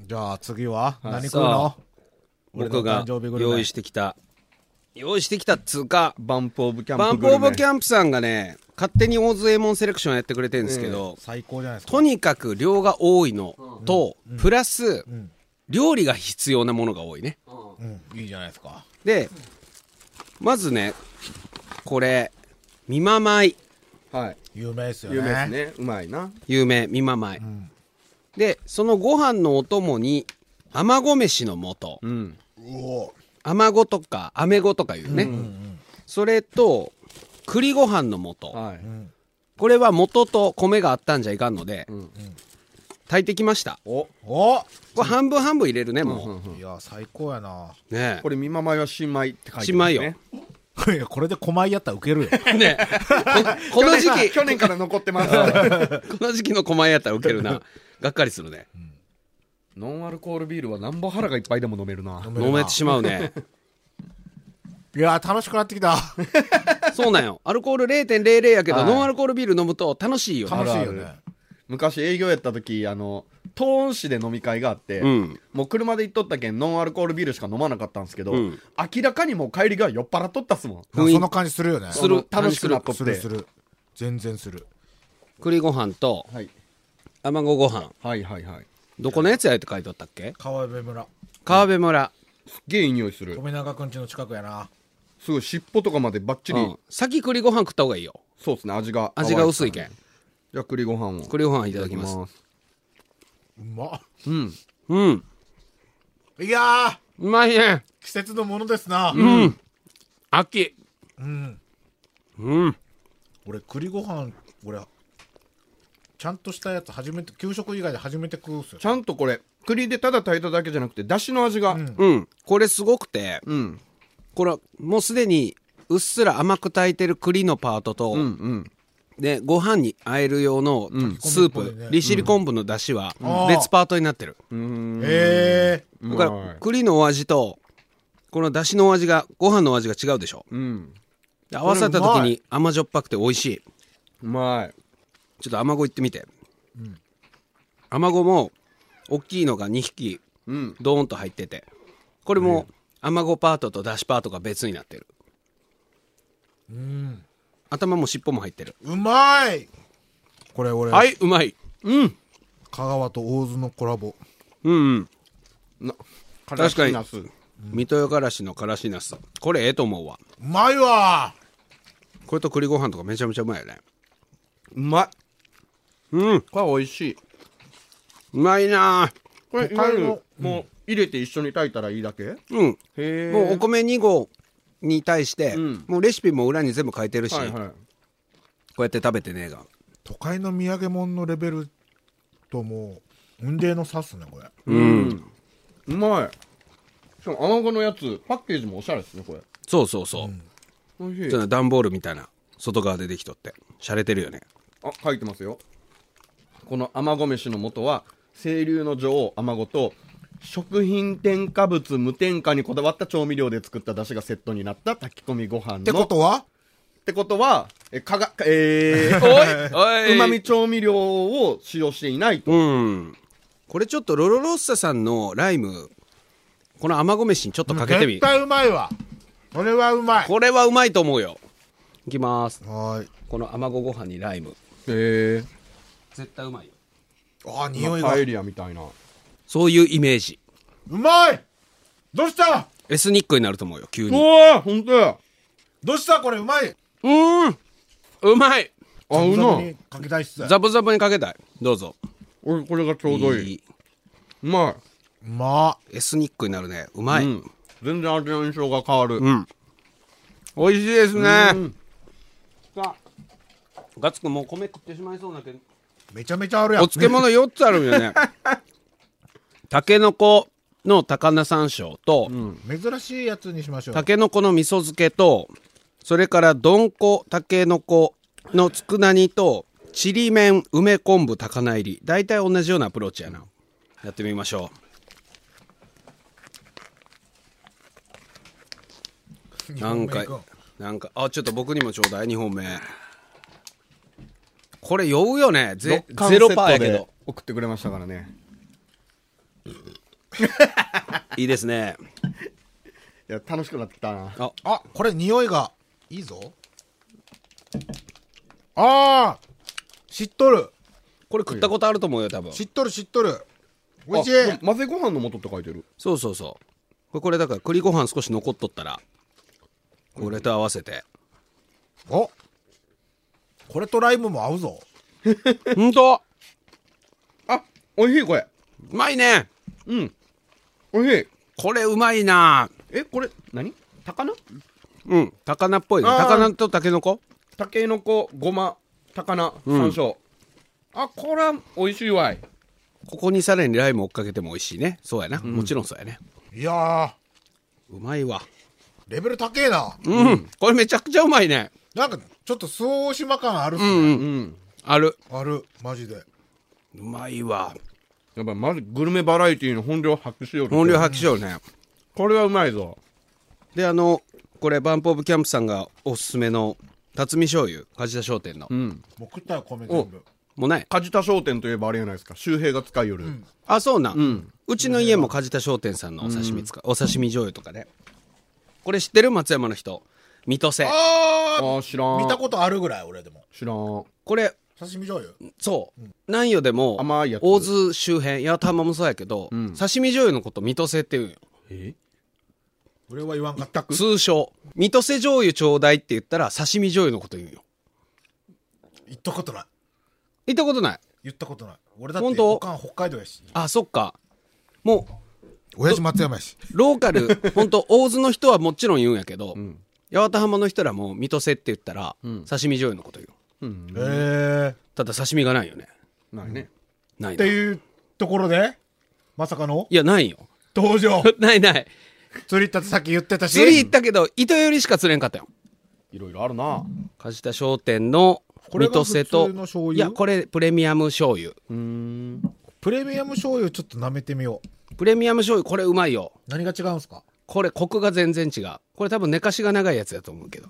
[SPEAKER 2] じゃあ次は、
[SPEAKER 4] い
[SPEAKER 2] 何食うの俺の
[SPEAKER 3] 僕が
[SPEAKER 2] 誕生日ぐらい
[SPEAKER 3] 用意してきた。用意してきたっつうか、
[SPEAKER 4] バンプオブキャンプ
[SPEAKER 3] バンプ
[SPEAKER 4] グル
[SPEAKER 3] オ
[SPEAKER 4] メ
[SPEAKER 3] ブキャンプさんがね、勝手に大津エモンセレクションやってくれてるんですけど、
[SPEAKER 2] 最高じゃないですか。
[SPEAKER 3] とにかく量が多いのと、プラス、
[SPEAKER 2] ん
[SPEAKER 3] 料理が必要なものが多いね。
[SPEAKER 2] うん、いいじゃないですか。
[SPEAKER 3] で、まずね、これ、見ままい。
[SPEAKER 4] はい
[SPEAKER 2] 有名ですよね。
[SPEAKER 4] 有名ですねうまいな
[SPEAKER 3] 有名、見ままい。
[SPEAKER 2] ん
[SPEAKER 3] で、そのご飯のお供に、甘ご飯の素。
[SPEAKER 4] うん
[SPEAKER 2] うお
[SPEAKER 3] 甘ごとか、飴ごとかいうね。それと、栗ご飯の素。
[SPEAKER 4] はい、
[SPEAKER 3] これは元と米があったんじゃいかんので、
[SPEAKER 4] ん
[SPEAKER 3] 炊いてきました。
[SPEAKER 4] お
[SPEAKER 2] お
[SPEAKER 3] これ半分半分入れるね、もう。
[SPEAKER 2] いや、最高やな。
[SPEAKER 3] ね
[SPEAKER 4] これ見ままいは新米って書いてますね
[SPEAKER 3] 新米よ
[SPEAKER 2] これ、これで狛江やったらウ ケるよ。
[SPEAKER 3] え。ねえここの時期、
[SPEAKER 4] 去年から残ってますノ
[SPEAKER 3] この時期の狛江やったらウケるな。がっかりするね。
[SPEAKER 4] ンアルコールビールはなんぼ腹がいっぱいでも飲めるな
[SPEAKER 2] 飲める
[SPEAKER 3] 飲
[SPEAKER 2] な
[SPEAKER 3] めてしまうね。
[SPEAKER 2] いや、楽しくなってき た。
[SPEAKER 3] そうなんよ。アルコール0.00やけど、
[SPEAKER 4] はい
[SPEAKER 3] ノンアルコールビール飲むと楽しいよね。
[SPEAKER 2] 楽しいよ
[SPEAKER 4] あるあ
[SPEAKER 2] ね。
[SPEAKER 4] 昔営業やった時あの東温市で飲み会があって、
[SPEAKER 3] うん
[SPEAKER 4] もう車で行っとったけんノンアルコールビールしか飲まなかったんですけど、
[SPEAKER 3] うん
[SPEAKER 4] 明らかにもう帰りが酔っ払っとったっすもん
[SPEAKER 2] なんか
[SPEAKER 3] 雰囲気
[SPEAKER 2] その感じするよね。
[SPEAKER 3] する
[SPEAKER 4] 楽しくなっとっ
[SPEAKER 2] する
[SPEAKER 4] て
[SPEAKER 2] する。全然する。
[SPEAKER 3] 栗ご飯と、
[SPEAKER 4] はい、
[SPEAKER 3] 卵ご飯。
[SPEAKER 4] はいはいはい
[SPEAKER 3] どこのやつやって書いてあったっけ
[SPEAKER 2] 川辺村。
[SPEAKER 3] 川辺村。
[SPEAKER 4] すっげえいい匂いする
[SPEAKER 2] 富永くんちの近くやな。
[SPEAKER 4] すごい尻尾とかまでバッチ
[SPEAKER 3] う
[SPEAKER 4] リ、
[SPEAKER 3] ん。先栗ご飯食った方がいいよ。
[SPEAKER 4] そうですね味が
[SPEAKER 3] 味が薄いけ
[SPEAKER 4] ん
[SPEAKER 3] ん。
[SPEAKER 4] じゃあ栗ご飯を
[SPEAKER 3] 栗ご飯いただきます。
[SPEAKER 2] うまっ
[SPEAKER 4] うん
[SPEAKER 3] うん。
[SPEAKER 2] いやー、
[SPEAKER 3] うまいね。
[SPEAKER 2] 季節のものですな。
[SPEAKER 3] うん。秋。
[SPEAKER 2] うん。
[SPEAKER 3] うん。
[SPEAKER 2] 俺、栗ご飯、俺、ちゃんとしたやつ初めて、給食以外で初めて食うっすよ
[SPEAKER 4] ち。ゃんとこれ栗でただ炊いただけじゃなくてだしの味が
[SPEAKER 2] うん
[SPEAKER 3] うん。これすごくて、
[SPEAKER 4] うん
[SPEAKER 3] これ、もうすでに、うっすら甘く炊いてる栗のパートと、
[SPEAKER 4] うんうん
[SPEAKER 3] で、ご飯に和える用の
[SPEAKER 4] ん
[SPEAKER 3] ス
[SPEAKER 2] 炊き込み
[SPEAKER 3] ープ、
[SPEAKER 2] っぽいね
[SPEAKER 3] 利尻昆布の出汁は
[SPEAKER 2] うん
[SPEAKER 3] 別パートになってる。
[SPEAKER 4] うーん
[SPEAKER 2] へえ。
[SPEAKER 4] うまい
[SPEAKER 3] だから、栗のお味と、この出汁のお味が、ご飯のお味が違うでしょ。
[SPEAKER 4] うん
[SPEAKER 3] で合わさった
[SPEAKER 2] これう
[SPEAKER 3] 時
[SPEAKER 2] ま
[SPEAKER 3] に
[SPEAKER 2] い
[SPEAKER 3] 甘じょっぱくて美味しい。
[SPEAKER 4] うまい
[SPEAKER 3] ちょっと甘子いってみて。甘子も、大きいのが2匹、
[SPEAKER 4] うん
[SPEAKER 3] ドーンと入ってて。これも、甘子パートと出汁パートが別になってる。頭も尻尾も入ってる。
[SPEAKER 2] うまいこれ俺、
[SPEAKER 3] はい、うまい。
[SPEAKER 4] うん
[SPEAKER 2] 香川と大津のコラボ。
[SPEAKER 3] うん、うん。
[SPEAKER 4] な
[SPEAKER 3] 確かに
[SPEAKER 4] 辛子ナス
[SPEAKER 3] 水戸よからしのからしナス。これええと思うわ。
[SPEAKER 2] うまいわ
[SPEAKER 3] これと栗ご飯とかめちゃめちゃうまいよね。
[SPEAKER 4] うまい
[SPEAKER 3] うん。
[SPEAKER 4] これ美味しいう
[SPEAKER 3] まいなぁ。
[SPEAKER 4] これ
[SPEAKER 2] 都
[SPEAKER 4] いわ
[SPEAKER 2] 会の
[SPEAKER 4] ゆるもう入れて一緒に炊いたらいいだけ
[SPEAKER 3] うん。
[SPEAKER 4] へ
[SPEAKER 3] もうお米2合に対して、
[SPEAKER 4] うん
[SPEAKER 3] もうレシピも裏に全部書いてるし、
[SPEAKER 4] はいはい
[SPEAKER 3] こうやって食べてねえが。
[SPEAKER 2] 都会の土産物のレベルともう、雲泥の差っすね、これ。
[SPEAKER 4] うんうまいしかも甘子のやつパッケージもおしゃれですねこれ
[SPEAKER 3] そうそうそう。
[SPEAKER 4] 美味しい
[SPEAKER 3] ちょっと段ボールみたいな、外側でできとって。洒落てるよね。
[SPEAKER 4] あ書いてますよこの甘ご飯の元は清流の女王甘子と食品添加物無添加にこだわった調味料で作った出汁がセットになった炊き込みご飯の
[SPEAKER 2] ってことは
[SPEAKER 4] ってことは、え、かが、えー、
[SPEAKER 3] おいおい
[SPEAKER 4] 旨味調味料を使用していないと。
[SPEAKER 3] うん。これちょっとロロロッサさんのライム、この甘ご飯にちょっとかけてみ
[SPEAKER 2] 絶。対うまいわ。これはうまい。
[SPEAKER 3] これはうまいと思うよ。いきます。
[SPEAKER 2] はーい。
[SPEAKER 3] この甘ごご飯にライム。
[SPEAKER 4] えー、
[SPEAKER 3] 絶対うまいよ。
[SPEAKER 2] あー、匂いが
[SPEAKER 4] パ。エリアみたいな。
[SPEAKER 3] そういうイメージ。
[SPEAKER 2] うまいどうした
[SPEAKER 3] エスニックになると思うよ、急
[SPEAKER 4] う
[SPEAKER 3] に。
[SPEAKER 4] わー、ほんとや。
[SPEAKER 2] どうしたこれうまいう
[SPEAKER 3] ーん。うまい。
[SPEAKER 4] あ、う
[SPEAKER 2] ザブザブ
[SPEAKER 4] な
[SPEAKER 2] に。かけたいっす。う
[SPEAKER 3] ザブザブにかけたい。どうぞ。
[SPEAKER 4] 俺、これがちょうどいい。
[SPEAKER 3] いう
[SPEAKER 4] ま
[SPEAKER 2] ま
[SPEAKER 3] エスニックになるね。う
[SPEAKER 4] い。
[SPEAKER 3] まい。
[SPEAKER 4] う。
[SPEAKER 3] うん
[SPEAKER 4] 全然味の印象が変わる。
[SPEAKER 3] ん。美味しいですね。
[SPEAKER 4] さ
[SPEAKER 3] ガッツくんもう米食ってしまいそうだけど。
[SPEAKER 2] い。めちゃめちゃあるやん。
[SPEAKER 3] お漬物4つあるんよ ね。たけのこの高菜山椒と、
[SPEAKER 2] 珍しいやつにしましょう。
[SPEAKER 3] たけのこの味噌漬けと、それからどんこ、たけのこの佃煮と、ちりめん、梅昆布、高菜入り。大体同じようなアプローチやな。やってみましょう。なんか
[SPEAKER 2] 日本米行こ、
[SPEAKER 3] なんか、あ、ちょっと僕にもちょうだい、2本目。これ酔うよね。ゼ
[SPEAKER 4] 6
[SPEAKER 3] ゼロパーやけ
[SPEAKER 4] で
[SPEAKER 3] ど。
[SPEAKER 4] 送ってくれましたからね。
[SPEAKER 3] いいですね。
[SPEAKER 4] いや、楽しくなってきたな。
[SPEAKER 3] あ、
[SPEAKER 2] うあ、これ匂いがいいぞ。あー知っとる。
[SPEAKER 3] これ食ったことあると思うよ、多分。
[SPEAKER 2] 知っとる知っとる。おいしい。
[SPEAKER 4] あ混ぜご飯の素って書いてる。
[SPEAKER 3] そうそうそう。これこれだから栗ご飯少し残っとったら、これと合わせて。
[SPEAKER 2] おこれとライムも合うぞ。
[SPEAKER 3] ほんと
[SPEAKER 4] あ、おいしい、これ。
[SPEAKER 3] うまいね
[SPEAKER 4] うん。おいしい。
[SPEAKER 3] これうまいな
[SPEAKER 4] え、これ、何高菜
[SPEAKER 3] うん。高菜っぽいね。
[SPEAKER 4] あー
[SPEAKER 3] 高菜とタケノコ
[SPEAKER 4] たけのこ、ごま、高菜、山椒。あ、これは美味しいわい。
[SPEAKER 3] ここにさらにライム追っかけても美味しいね。そうやな。もちろんそうやね。
[SPEAKER 2] いやー、
[SPEAKER 3] うまいわ。
[SPEAKER 2] レベル高えな。
[SPEAKER 3] うん。これめちゃくちゃうまいね。
[SPEAKER 2] なんか、ちょっと周防島感あるっすね。
[SPEAKER 4] うん。
[SPEAKER 3] ある。
[SPEAKER 2] ある、マジで。
[SPEAKER 3] うまいわ。
[SPEAKER 4] やっぱまずグルメバラエティの本領発揮しようと
[SPEAKER 3] 本領発揮しようね。
[SPEAKER 4] これはうまいぞ。
[SPEAKER 3] で、あの、これ、バンプオブキャンプさんがおすすめの、辰巳醤油、梶田商店の。
[SPEAKER 4] うん。
[SPEAKER 2] もう食ったよ、米全部。
[SPEAKER 3] もうない。
[SPEAKER 4] 梶田商店といえばあれじゃないですか。周平が使いよる。
[SPEAKER 3] あ、そうなん。うちの家も梶田商店さんのお刺身使う、お刺身醤油とかね。これ知ってる松山の人。水戸製。
[SPEAKER 4] あ
[SPEAKER 2] あ
[SPEAKER 4] ー、知ら
[SPEAKER 2] ー
[SPEAKER 4] ん。
[SPEAKER 2] 見たことあるぐらい、俺でも。
[SPEAKER 4] 知らん。
[SPEAKER 3] これ、
[SPEAKER 2] 刺身醤油
[SPEAKER 3] そう。南予でも、
[SPEAKER 4] 甘いやつ
[SPEAKER 3] 大津周辺、八幡浜もそうやけど、刺身醤油のこと水戸製って言うんよ。
[SPEAKER 4] え
[SPEAKER 2] 俺は言わんかった。
[SPEAKER 4] く
[SPEAKER 3] 通称。水戸製醤油ちょうだいって言ったら、刺身醤油のこと言うんよ。
[SPEAKER 2] 言ったことない。
[SPEAKER 3] 行ったことない。
[SPEAKER 2] 言ったことない。俺だって、
[SPEAKER 3] 本当
[SPEAKER 2] おかん北海道やし。
[SPEAKER 3] あ、そっか。も
[SPEAKER 2] 親父松山やし。
[SPEAKER 3] う、ローカル、本当大津の人はもちろん言うんやけど、八幡浜の人らも水戸製って言ったら、刺身醤油のこと言う。
[SPEAKER 4] うん。
[SPEAKER 2] へえ。
[SPEAKER 3] ただ刺身がないよね。
[SPEAKER 4] ないね。
[SPEAKER 3] ない
[SPEAKER 2] っ
[SPEAKER 3] な
[SPEAKER 2] ていうところで、まさかの
[SPEAKER 3] いや、ないよ。
[SPEAKER 2] 登場。
[SPEAKER 3] ないない。
[SPEAKER 2] 釣り行ったってさっき言ってたし。
[SPEAKER 3] 釣り行ったけど、糸よりしか釣れんかったよ。
[SPEAKER 4] いろいろあるな。
[SPEAKER 3] 梶田商店の、
[SPEAKER 2] これ
[SPEAKER 3] 水
[SPEAKER 2] が
[SPEAKER 3] 戸
[SPEAKER 2] 普通の
[SPEAKER 3] 瀬と、
[SPEAKER 2] 醤油
[SPEAKER 3] いや、これ、プレミアム醤油。
[SPEAKER 4] うーん。
[SPEAKER 2] プレミアム醤油ちょっと舐めてみよう。
[SPEAKER 3] プレミアム醤油、これうまいよ。
[SPEAKER 2] 何が違うんすか
[SPEAKER 3] これ、コクが全然違う。これ多分寝かしが長いやつだと思うけど。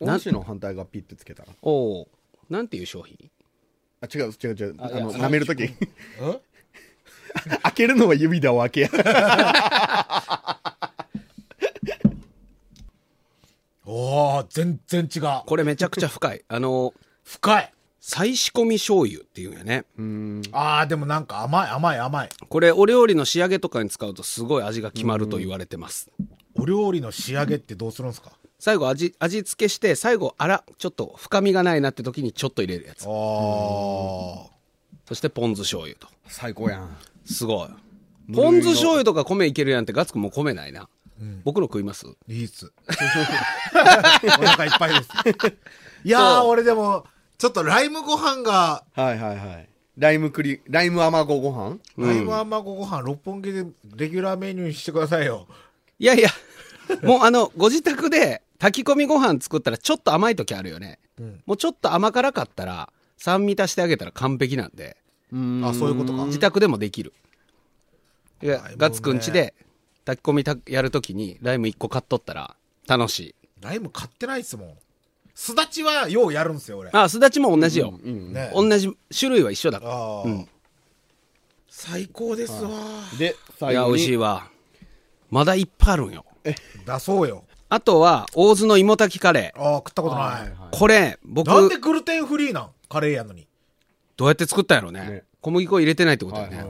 [SPEAKER 4] お
[SPEAKER 3] な
[SPEAKER 4] 主の反対側ピッてつけたら。
[SPEAKER 3] おお、なんていう商品
[SPEAKER 4] あ、違う違う違う。あ
[SPEAKER 3] いや
[SPEAKER 4] の、
[SPEAKER 3] あ
[SPEAKER 4] 舐めるとき。
[SPEAKER 2] え
[SPEAKER 4] 開けるのは指だを開けや。
[SPEAKER 2] おー、全然違う。
[SPEAKER 3] これめちゃくちゃ深い。 あの、
[SPEAKER 2] 深い。
[SPEAKER 3] 再仕込み醤油っていうんやね。
[SPEAKER 2] あー、でもなんか甘い甘い甘い。
[SPEAKER 3] これ、お料理の仕上げとかに使うとすごい味が決まると言われてます。
[SPEAKER 2] お料理の仕上げってどうするんすか
[SPEAKER 3] 最後味、味付けして、最後、あら、ちょっと深みがないなって時にちょっと入れるやつ
[SPEAKER 2] あ。ー。
[SPEAKER 3] そしてポン酢醤油と。
[SPEAKER 4] 最高やん。
[SPEAKER 3] すごい。ポン酢醤油とか米いけるやんってガツくんもう米ないな。僕の食います
[SPEAKER 2] いいっ す。お腹いっぱい です。いやー、
[SPEAKER 3] そう
[SPEAKER 2] 俺でも、ちょっとライムご飯が、
[SPEAKER 4] はいはいはい。ライムクリ、ライム甘ごご飯
[SPEAKER 2] ライムあんまごご飯、六本木でレギュラーメニューにしてくださいよ。
[SPEAKER 3] いやいや、もうあの、ご自宅で炊き込みご飯作ったらちょっと甘い時あるよね。もうちょっと甘辛かったら、酸味足してあげたら完璧なんで、
[SPEAKER 2] あ、そういうことか。
[SPEAKER 3] 自宅でもできる。いや
[SPEAKER 2] いもんね、
[SPEAKER 3] ガツくんちで炊き込みたやるときにライム1個買っとったら楽しい。
[SPEAKER 2] ライム買ってないっすもん。すだちはようやるんですよ、俺。
[SPEAKER 3] あすだちも同じよ、
[SPEAKER 4] うん
[SPEAKER 2] ね
[SPEAKER 3] 同じ種類は一緒だか
[SPEAKER 2] ああ、
[SPEAKER 3] うん
[SPEAKER 2] 最高ですわ。
[SPEAKER 4] で
[SPEAKER 3] らい
[SPEAKER 4] 最
[SPEAKER 3] や美
[SPEAKER 4] 後
[SPEAKER 3] 味しい
[SPEAKER 4] に
[SPEAKER 3] わまだいっぱいあるんよ
[SPEAKER 2] 出そうよ。
[SPEAKER 3] あとは大津の芋炊きカレー
[SPEAKER 2] ああ、食ったことない。
[SPEAKER 3] これ僕
[SPEAKER 2] なんでグルテンフリーなんカレーやのに。
[SPEAKER 3] どうやって作ったんやろうね
[SPEAKER 4] ね
[SPEAKER 3] 小麦粉入れてないってことだよね、
[SPEAKER 4] は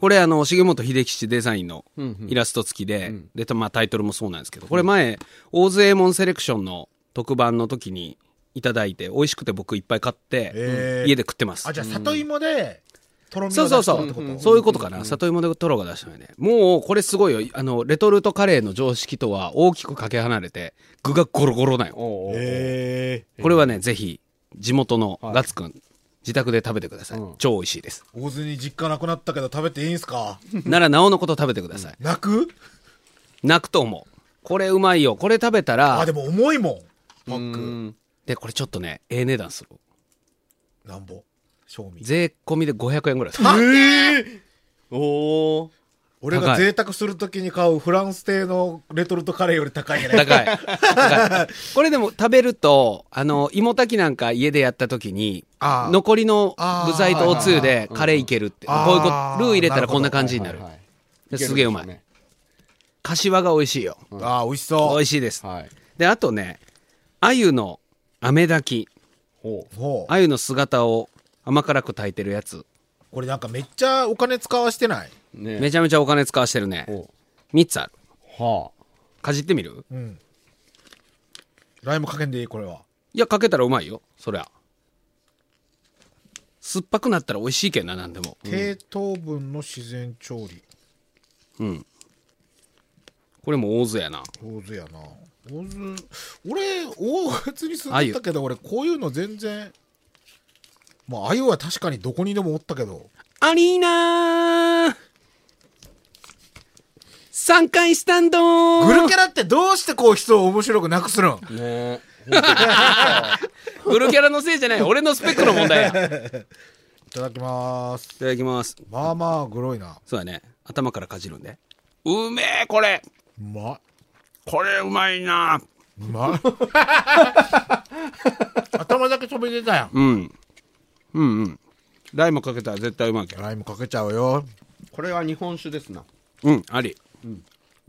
[SPEAKER 3] これあの重本秀吉デザインの
[SPEAKER 4] んうん
[SPEAKER 3] イラスト付きで、で、まあ、タイトルもそうなんですけどこれ前大津衛門セレクションの特番の時にいただいて美味しくて僕いっぱい買って、
[SPEAKER 2] えー
[SPEAKER 3] 家で食ってます
[SPEAKER 2] あ、じゃあ里芋で、とろみを出
[SPEAKER 3] そうそう
[SPEAKER 2] した
[SPEAKER 3] そ
[SPEAKER 2] ってこと
[SPEAKER 3] う。そういうことかな。里芋でトロが出したのよね。もう、これすごいよ。あの、レトルトカレーの常識とは大きくかけ離れて、具がゴロゴロなんよ。
[SPEAKER 4] おうおう
[SPEAKER 2] え
[SPEAKER 3] これはね、ぜひ、地元のガッツくん、自宅で食べてください。超美味しいです。
[SPEAKER 2] ー、大津に実家なくなったけど食べていいんすか
[SPEAKER 3] なら、なおのこと食べてください。
[SPEAKER 2] 泣く
[SPEAKER 3] 泣くと思う。これうまいよ。これ食べた
[SPEAKER 2] あ、
[SPEAKER 3] ら
[SPEAKER 2] で、も重いもん。パ
[SPEAKER 4] う
[SPEAKER 2] ック。
[SPEAKER 4] ん
[SPEAKER 3] で、これちょっとね、ええ値段する。
[SPEAKER 2] なんぼ。賞味。
[SPEAKER 3] 税込みで500円ぐらいする。
[SPEAKER 2] は
[SPEAKER 4] おお
[SPEAKER 2] 俺が贅沢するときに買うフランス製のレトルトカレーより高いね。
[SPEAKER 3] 高い。高い。これでも食べると、あの、芋炊きなんか家でやった時に、
[SPEAKER 2] あー
[SPEAKER 3] 残りの
[SPEAKER 2] あー
[SPEAKER 3] 具材とおつゆでカレーいけるって。こ
[SPEAKER 2] あー
[SPEAKER 3] ういうこと、ルー入れたらこんな感
[SPEAKER 4] い
[SPEAKER 3] じになる。
[SPEAKER 4] はいはい
[SPEAKER 3] ですげえうまい。柏が美味しいよ。
[SPEAKER 2] ああ、美味し
[SPEAKER 3] 美
[SPEAKER 2] そう。
[SPEAKER 3] 味しいです。
[SPEAKER 4] はい
[SPEAKER 3] で、あとね、鮎の飴炊き。
[SPEAKER 4] ほ
[SPEAKER 2] ほう。
[SPEAKER 3] 鮎の姿を甘辛く炊いてるやつ。
[SPEAKER 2] これなんかめっちゃお金使わしてない。
[SPEAKER 4] うね
[SPEAKER 3] めちゃめちゃお金使わしてるね。
[SPEAKER 4] ほ
[SPEAKER 3] 3つある。
[SPEAKER 4] うは
[SPEAKER 3] かじってみる
[SPEAKER 2] うん。ライムかけんでいい、これは。
[SPEAKER 3] いや、かけたらうまいよ。そりゃ。酸っぱくなったら美味しいけんな、なんでも。
[SPEAKER 2] 低糖分の自然調理。
[SPEAKER 3] うん。これも大津やな。
[SPEAKER 2] 上手やな。上手。俺、大津に住んでたけど、俺、こういうの全然。まあ、あゆは確かにどこにでもおったけど。
[SPEAKER 3] アリーナー !3 回スタンドー
[SPEAKER 2] グルキャラってどうしてこう人を面白くなくするん
[SPEAKER 4] あね
[SPEAKER 3] グルキャラのせいじゃない。俺のスペックの問題や。いた
[SPEAKER 2] いただきます。
[SPEAKER 3] だきます。
[SPEAKER 2] まあまあ、グロいな。
[SPEAKER 3] そうだね。頭からかじるんで。うめえ、これ
[SPEAKER 2] うまっ。
[SPEAKER 3] これうまいな
[SPEAKER 2] うまっ。 頭だけ飛び出たやん。
[SPEAKER 3] うん。うんうん。ライムかけたら絶対うまいけど。
[SPEAKER 2] ライムかけちゃうよ。
[SPEAKER 4] これは日本酒ですな
[SPEAKER 3] うん、あり。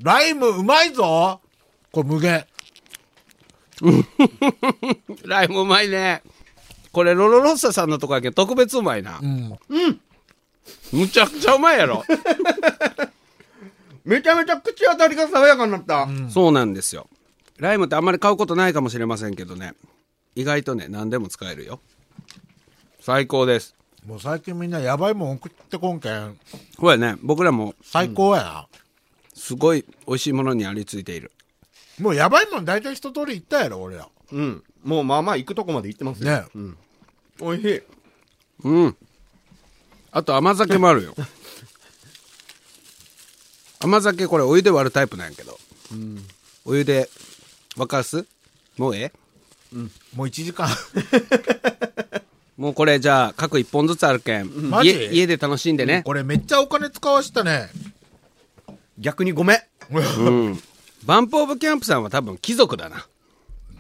[SPEAKER 2] ライムうまいぞこれ無限。
[SPEAKER 3] ライムうまいね。これ、ロロロッサさんのとこやけど特別うまいな。
[SPEAKER 2] ん
[SPEAKER 3] むちゃくちゃうまいやろ。
[SPEAKER 4] めちゃめちゃ口当たりが爽やかになった
[SPEAKER 3] そうなんですよ。ライムってあんまり買うことないかもしれませんけどね。意外とね、何でも使えるよ。最高です。
[SPEAKER 2] もう最近みんなやばいもん送ってこんけん。
[SPEAKER 3] これね、僕らも
[SPEAKER 2] 最高やな。
[SPEAKER 3] すごい美味しいものにありついている。
[SPEAKER 2] もうやばいもん大体一通り言ったやろ、俺ら。
[SPEAKER 4] うんもうまあまあ行くとこまで行ってますよ
[SPEAKER 2] ね
[SPEAKER 4] うんおいしい
[SPEAKER 3] うん。あと甘酒もあるよ。甘酒これお湯で割るタイプなんやけど。お湯で沸かすもうええ
[SPEAKER 2] もう1時間。
[SPEAKER 3] もうこれじゃあ各1本ずつあるけん。
[SPEAKER 2] マジ
[SPEAKER 3] 家家で楽しんでね。
[SPEAKER 2] これめっちゃお金使わしたね。
[SPEAKER 4] 逆にごめん
[SPEAKER 3] うん。バンプオブキャンプさんは多分貴族だな。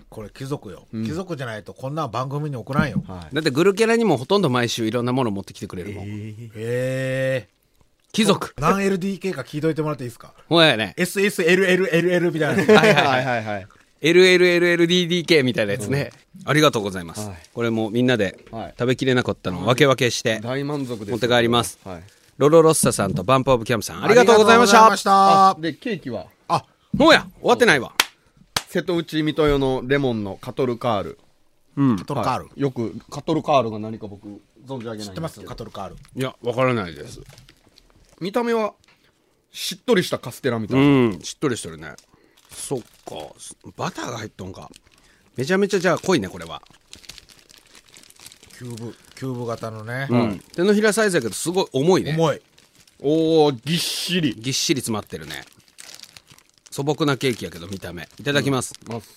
[SPEAKER 2] これ貴族よ。貴族じゃないとこんなん番組に送らんよ。
[SPEAKER 4] はい
[SPEAKER 3] だってグルキャラにもほとんど毎週いろんなもの持ってきてくれるもん。
[SPEAKER 2] へえ。
[SPEAKER 3] 貴族。
[SPEAKER 2] 何 LDK か聞いとい てもらっていいですか
[SPEAKER 3] ほやね。
[SPEAKER 2] ?SSLLLL みたいな。
[SPEAKER 3] はいはいはい。
[SPEAKER 4] はいはい
[SPEAKER 3] LLLLDDK みたいなやつね。ありがとうございます。
[SPEAKER 4] はい
[SPEAKER 3] これもみんなで
[SPEAKER 4] はい
[SPEAKER 3] 食べきれなかったのを分け分けして、
[SPEAKER 4] 大満足です
[SPEAKER 3] 持って帰ります
[SPEAKER 4] はい
[SPEAKER 3] ロロロッサさんとバンプオブキャンプさ ん、ありがとうございま
[SPEAKER 2] ありがとうご
[SPEAKER 3] し
[SPEAKER 2] ざいま
[SPEAKER 3] た
[SPEAKER 2] し。た。
[SPEAKER 4] でケーキは
[SPEAKER 2] あ、
[SPEAKER 3] ほや、終わってないわ。
[SPEAKER 4] 瀬戸内水戸用のレモンのカトルカール
[SPEAKER 3] うん。
[SPEAKER 2] カトルカール。
[SPEAKER 4] はいよくカトルカールが何か僕存じ上げない
[SPEAKER 2] 知ってますカトルカール。
[SPEAKER 3] いや、わからないです。
[SPEAKER 4] 見た目はしっとりしたカステラみたいうな、
[SPEAKER 3] ん、しっとりしてるね。そっか。バターが入っとんか。めちゃめちゃじゃあ濃いね、これは。
[SPEAKER 2] キューブ、キューブ型のね。
[SPEAKER 3] うん。手のひらサイズやけど、すごい重いね。
[SPEAKER 2] 重い。
[SPEAKER 4] おおぎっしり
[SPEAKER 3] ぎっしり詰まってるね素朴なケーキやけど見た目いただきます
[SPEAKER 4] ます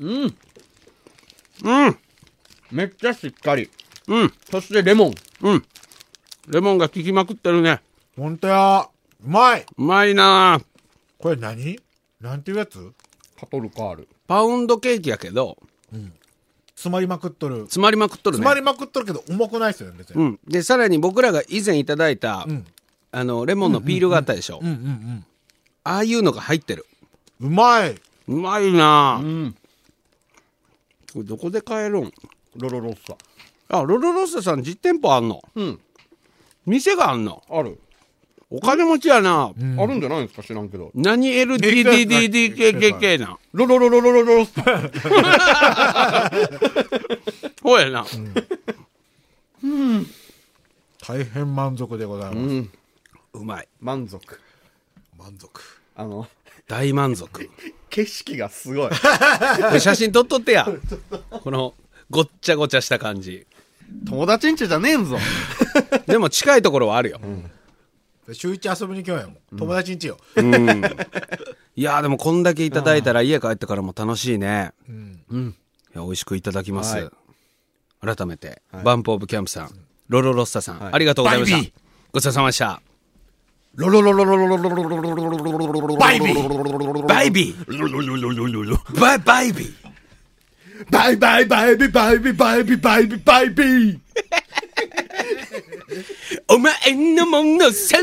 [SPEAKER 4] うん
[SPEAKER 3] うんうん、
[SPEAKER 4] めっちゃしっかりそしてレモン
[SPEAKER 3] レモンが効きまくってるね
[SPEAKER 2] ほんとや。うまいう
[SPEAKER 3] まいな
[SPEAKER 2] これ何なんていうやつ
[SPEAKER 4] カトルカール
[SPEAKER 3] パウンドケーキやけど、
[SPEAKER 2] 詰まりまくっとる。
[SPEAKER 3] 詰まりまくっとる
[SPEAKER 2] 詰。
[SPEAKER 3] ね
[SPEAKER 2] まりまくっとるけど、重くないっすよね、別
[SPEAKER 3] う
[SPEAKER 2] に。
[SPEAKER 3] ん。で、さらに僕らが以前いただいた、
[SPEAKER 2] ん
[SPEAKER 3] あの、レモンのピールがあったでしょ。
[SPEAKER 2] うんうん
[SPEAKER 3] ああいうのが入ってる。
[SPEAKER 2] うん。うまいう
[SPEAKER 3] まいな
[SPEAKER 4] う
[SPEAKER 3] ぁ
[SPEAKER 4] ん
[SPEAKER 3] これどこで買えるん
[SPEAKER 4] ロロロッサ
[SPEAKER 3] あ、ロロロッサさん実店舗あんの
[SPEAKER 4] うん
[SPEAKER 3] 店があんの
[SPEAKER 4] ある、
[SPEAKER 3] お金持ちやなぁ
[SPEAKER 4] あるんじゃないんですか知らんけど
[SPEAKER 3] 何 LTDDDKKK な
[SPEAKER 4] ロロロロロロロロッサ
[SPEAKER 3] ほうやな。
[SPEAKER 2] 大変満足でございます。
[SPEAKER 4] うん
[SPEAKER 3] うまい。
[SPEAKER 4] 満足
[SPEAKER 2] 満足。
[SPEAKER 4] あの
[SPEAKER 3] 大満足。
[SPEAKER 4] 景色がすごい
[SPEAKER 3] これ写真撮っ とってや。この、ごっちゃごちゃした感じ。
[SPEAKER 4] 友達んちじゃねえんぞ
[SPEAKER 3] でも近いところはあるよ。
[SPEAKER 2] 週一遊びに行きようやもん。友達んちよ。
[SPEAKER 3] いやーでもこんだけいただいたら家帰ってからも楽しいね。
[SPEAKER 4] うん
[SPEAKER 3] いや美味しくいただきます。
[SPEAKER 4] はい
[SPEAKER 3] 改めて、バンプオブキャンプさん、ロロロッサさん、ありがとうございま
[SPEAKER 2] バイビ
[SPEAKER 3] した。ごちそうさまでした。
[SPEAKER 4] ロロロロロロロロロロロロロロロ
[SPEAKER 2] バイビ
[SPEAKER 4] ー
[SPEAKER 3] バイビーバイバイビー
[SPEAKER 4] バイバイバイビーバイビーバイビーバイビーバイビー
[SPEAKER 3] お前のものさん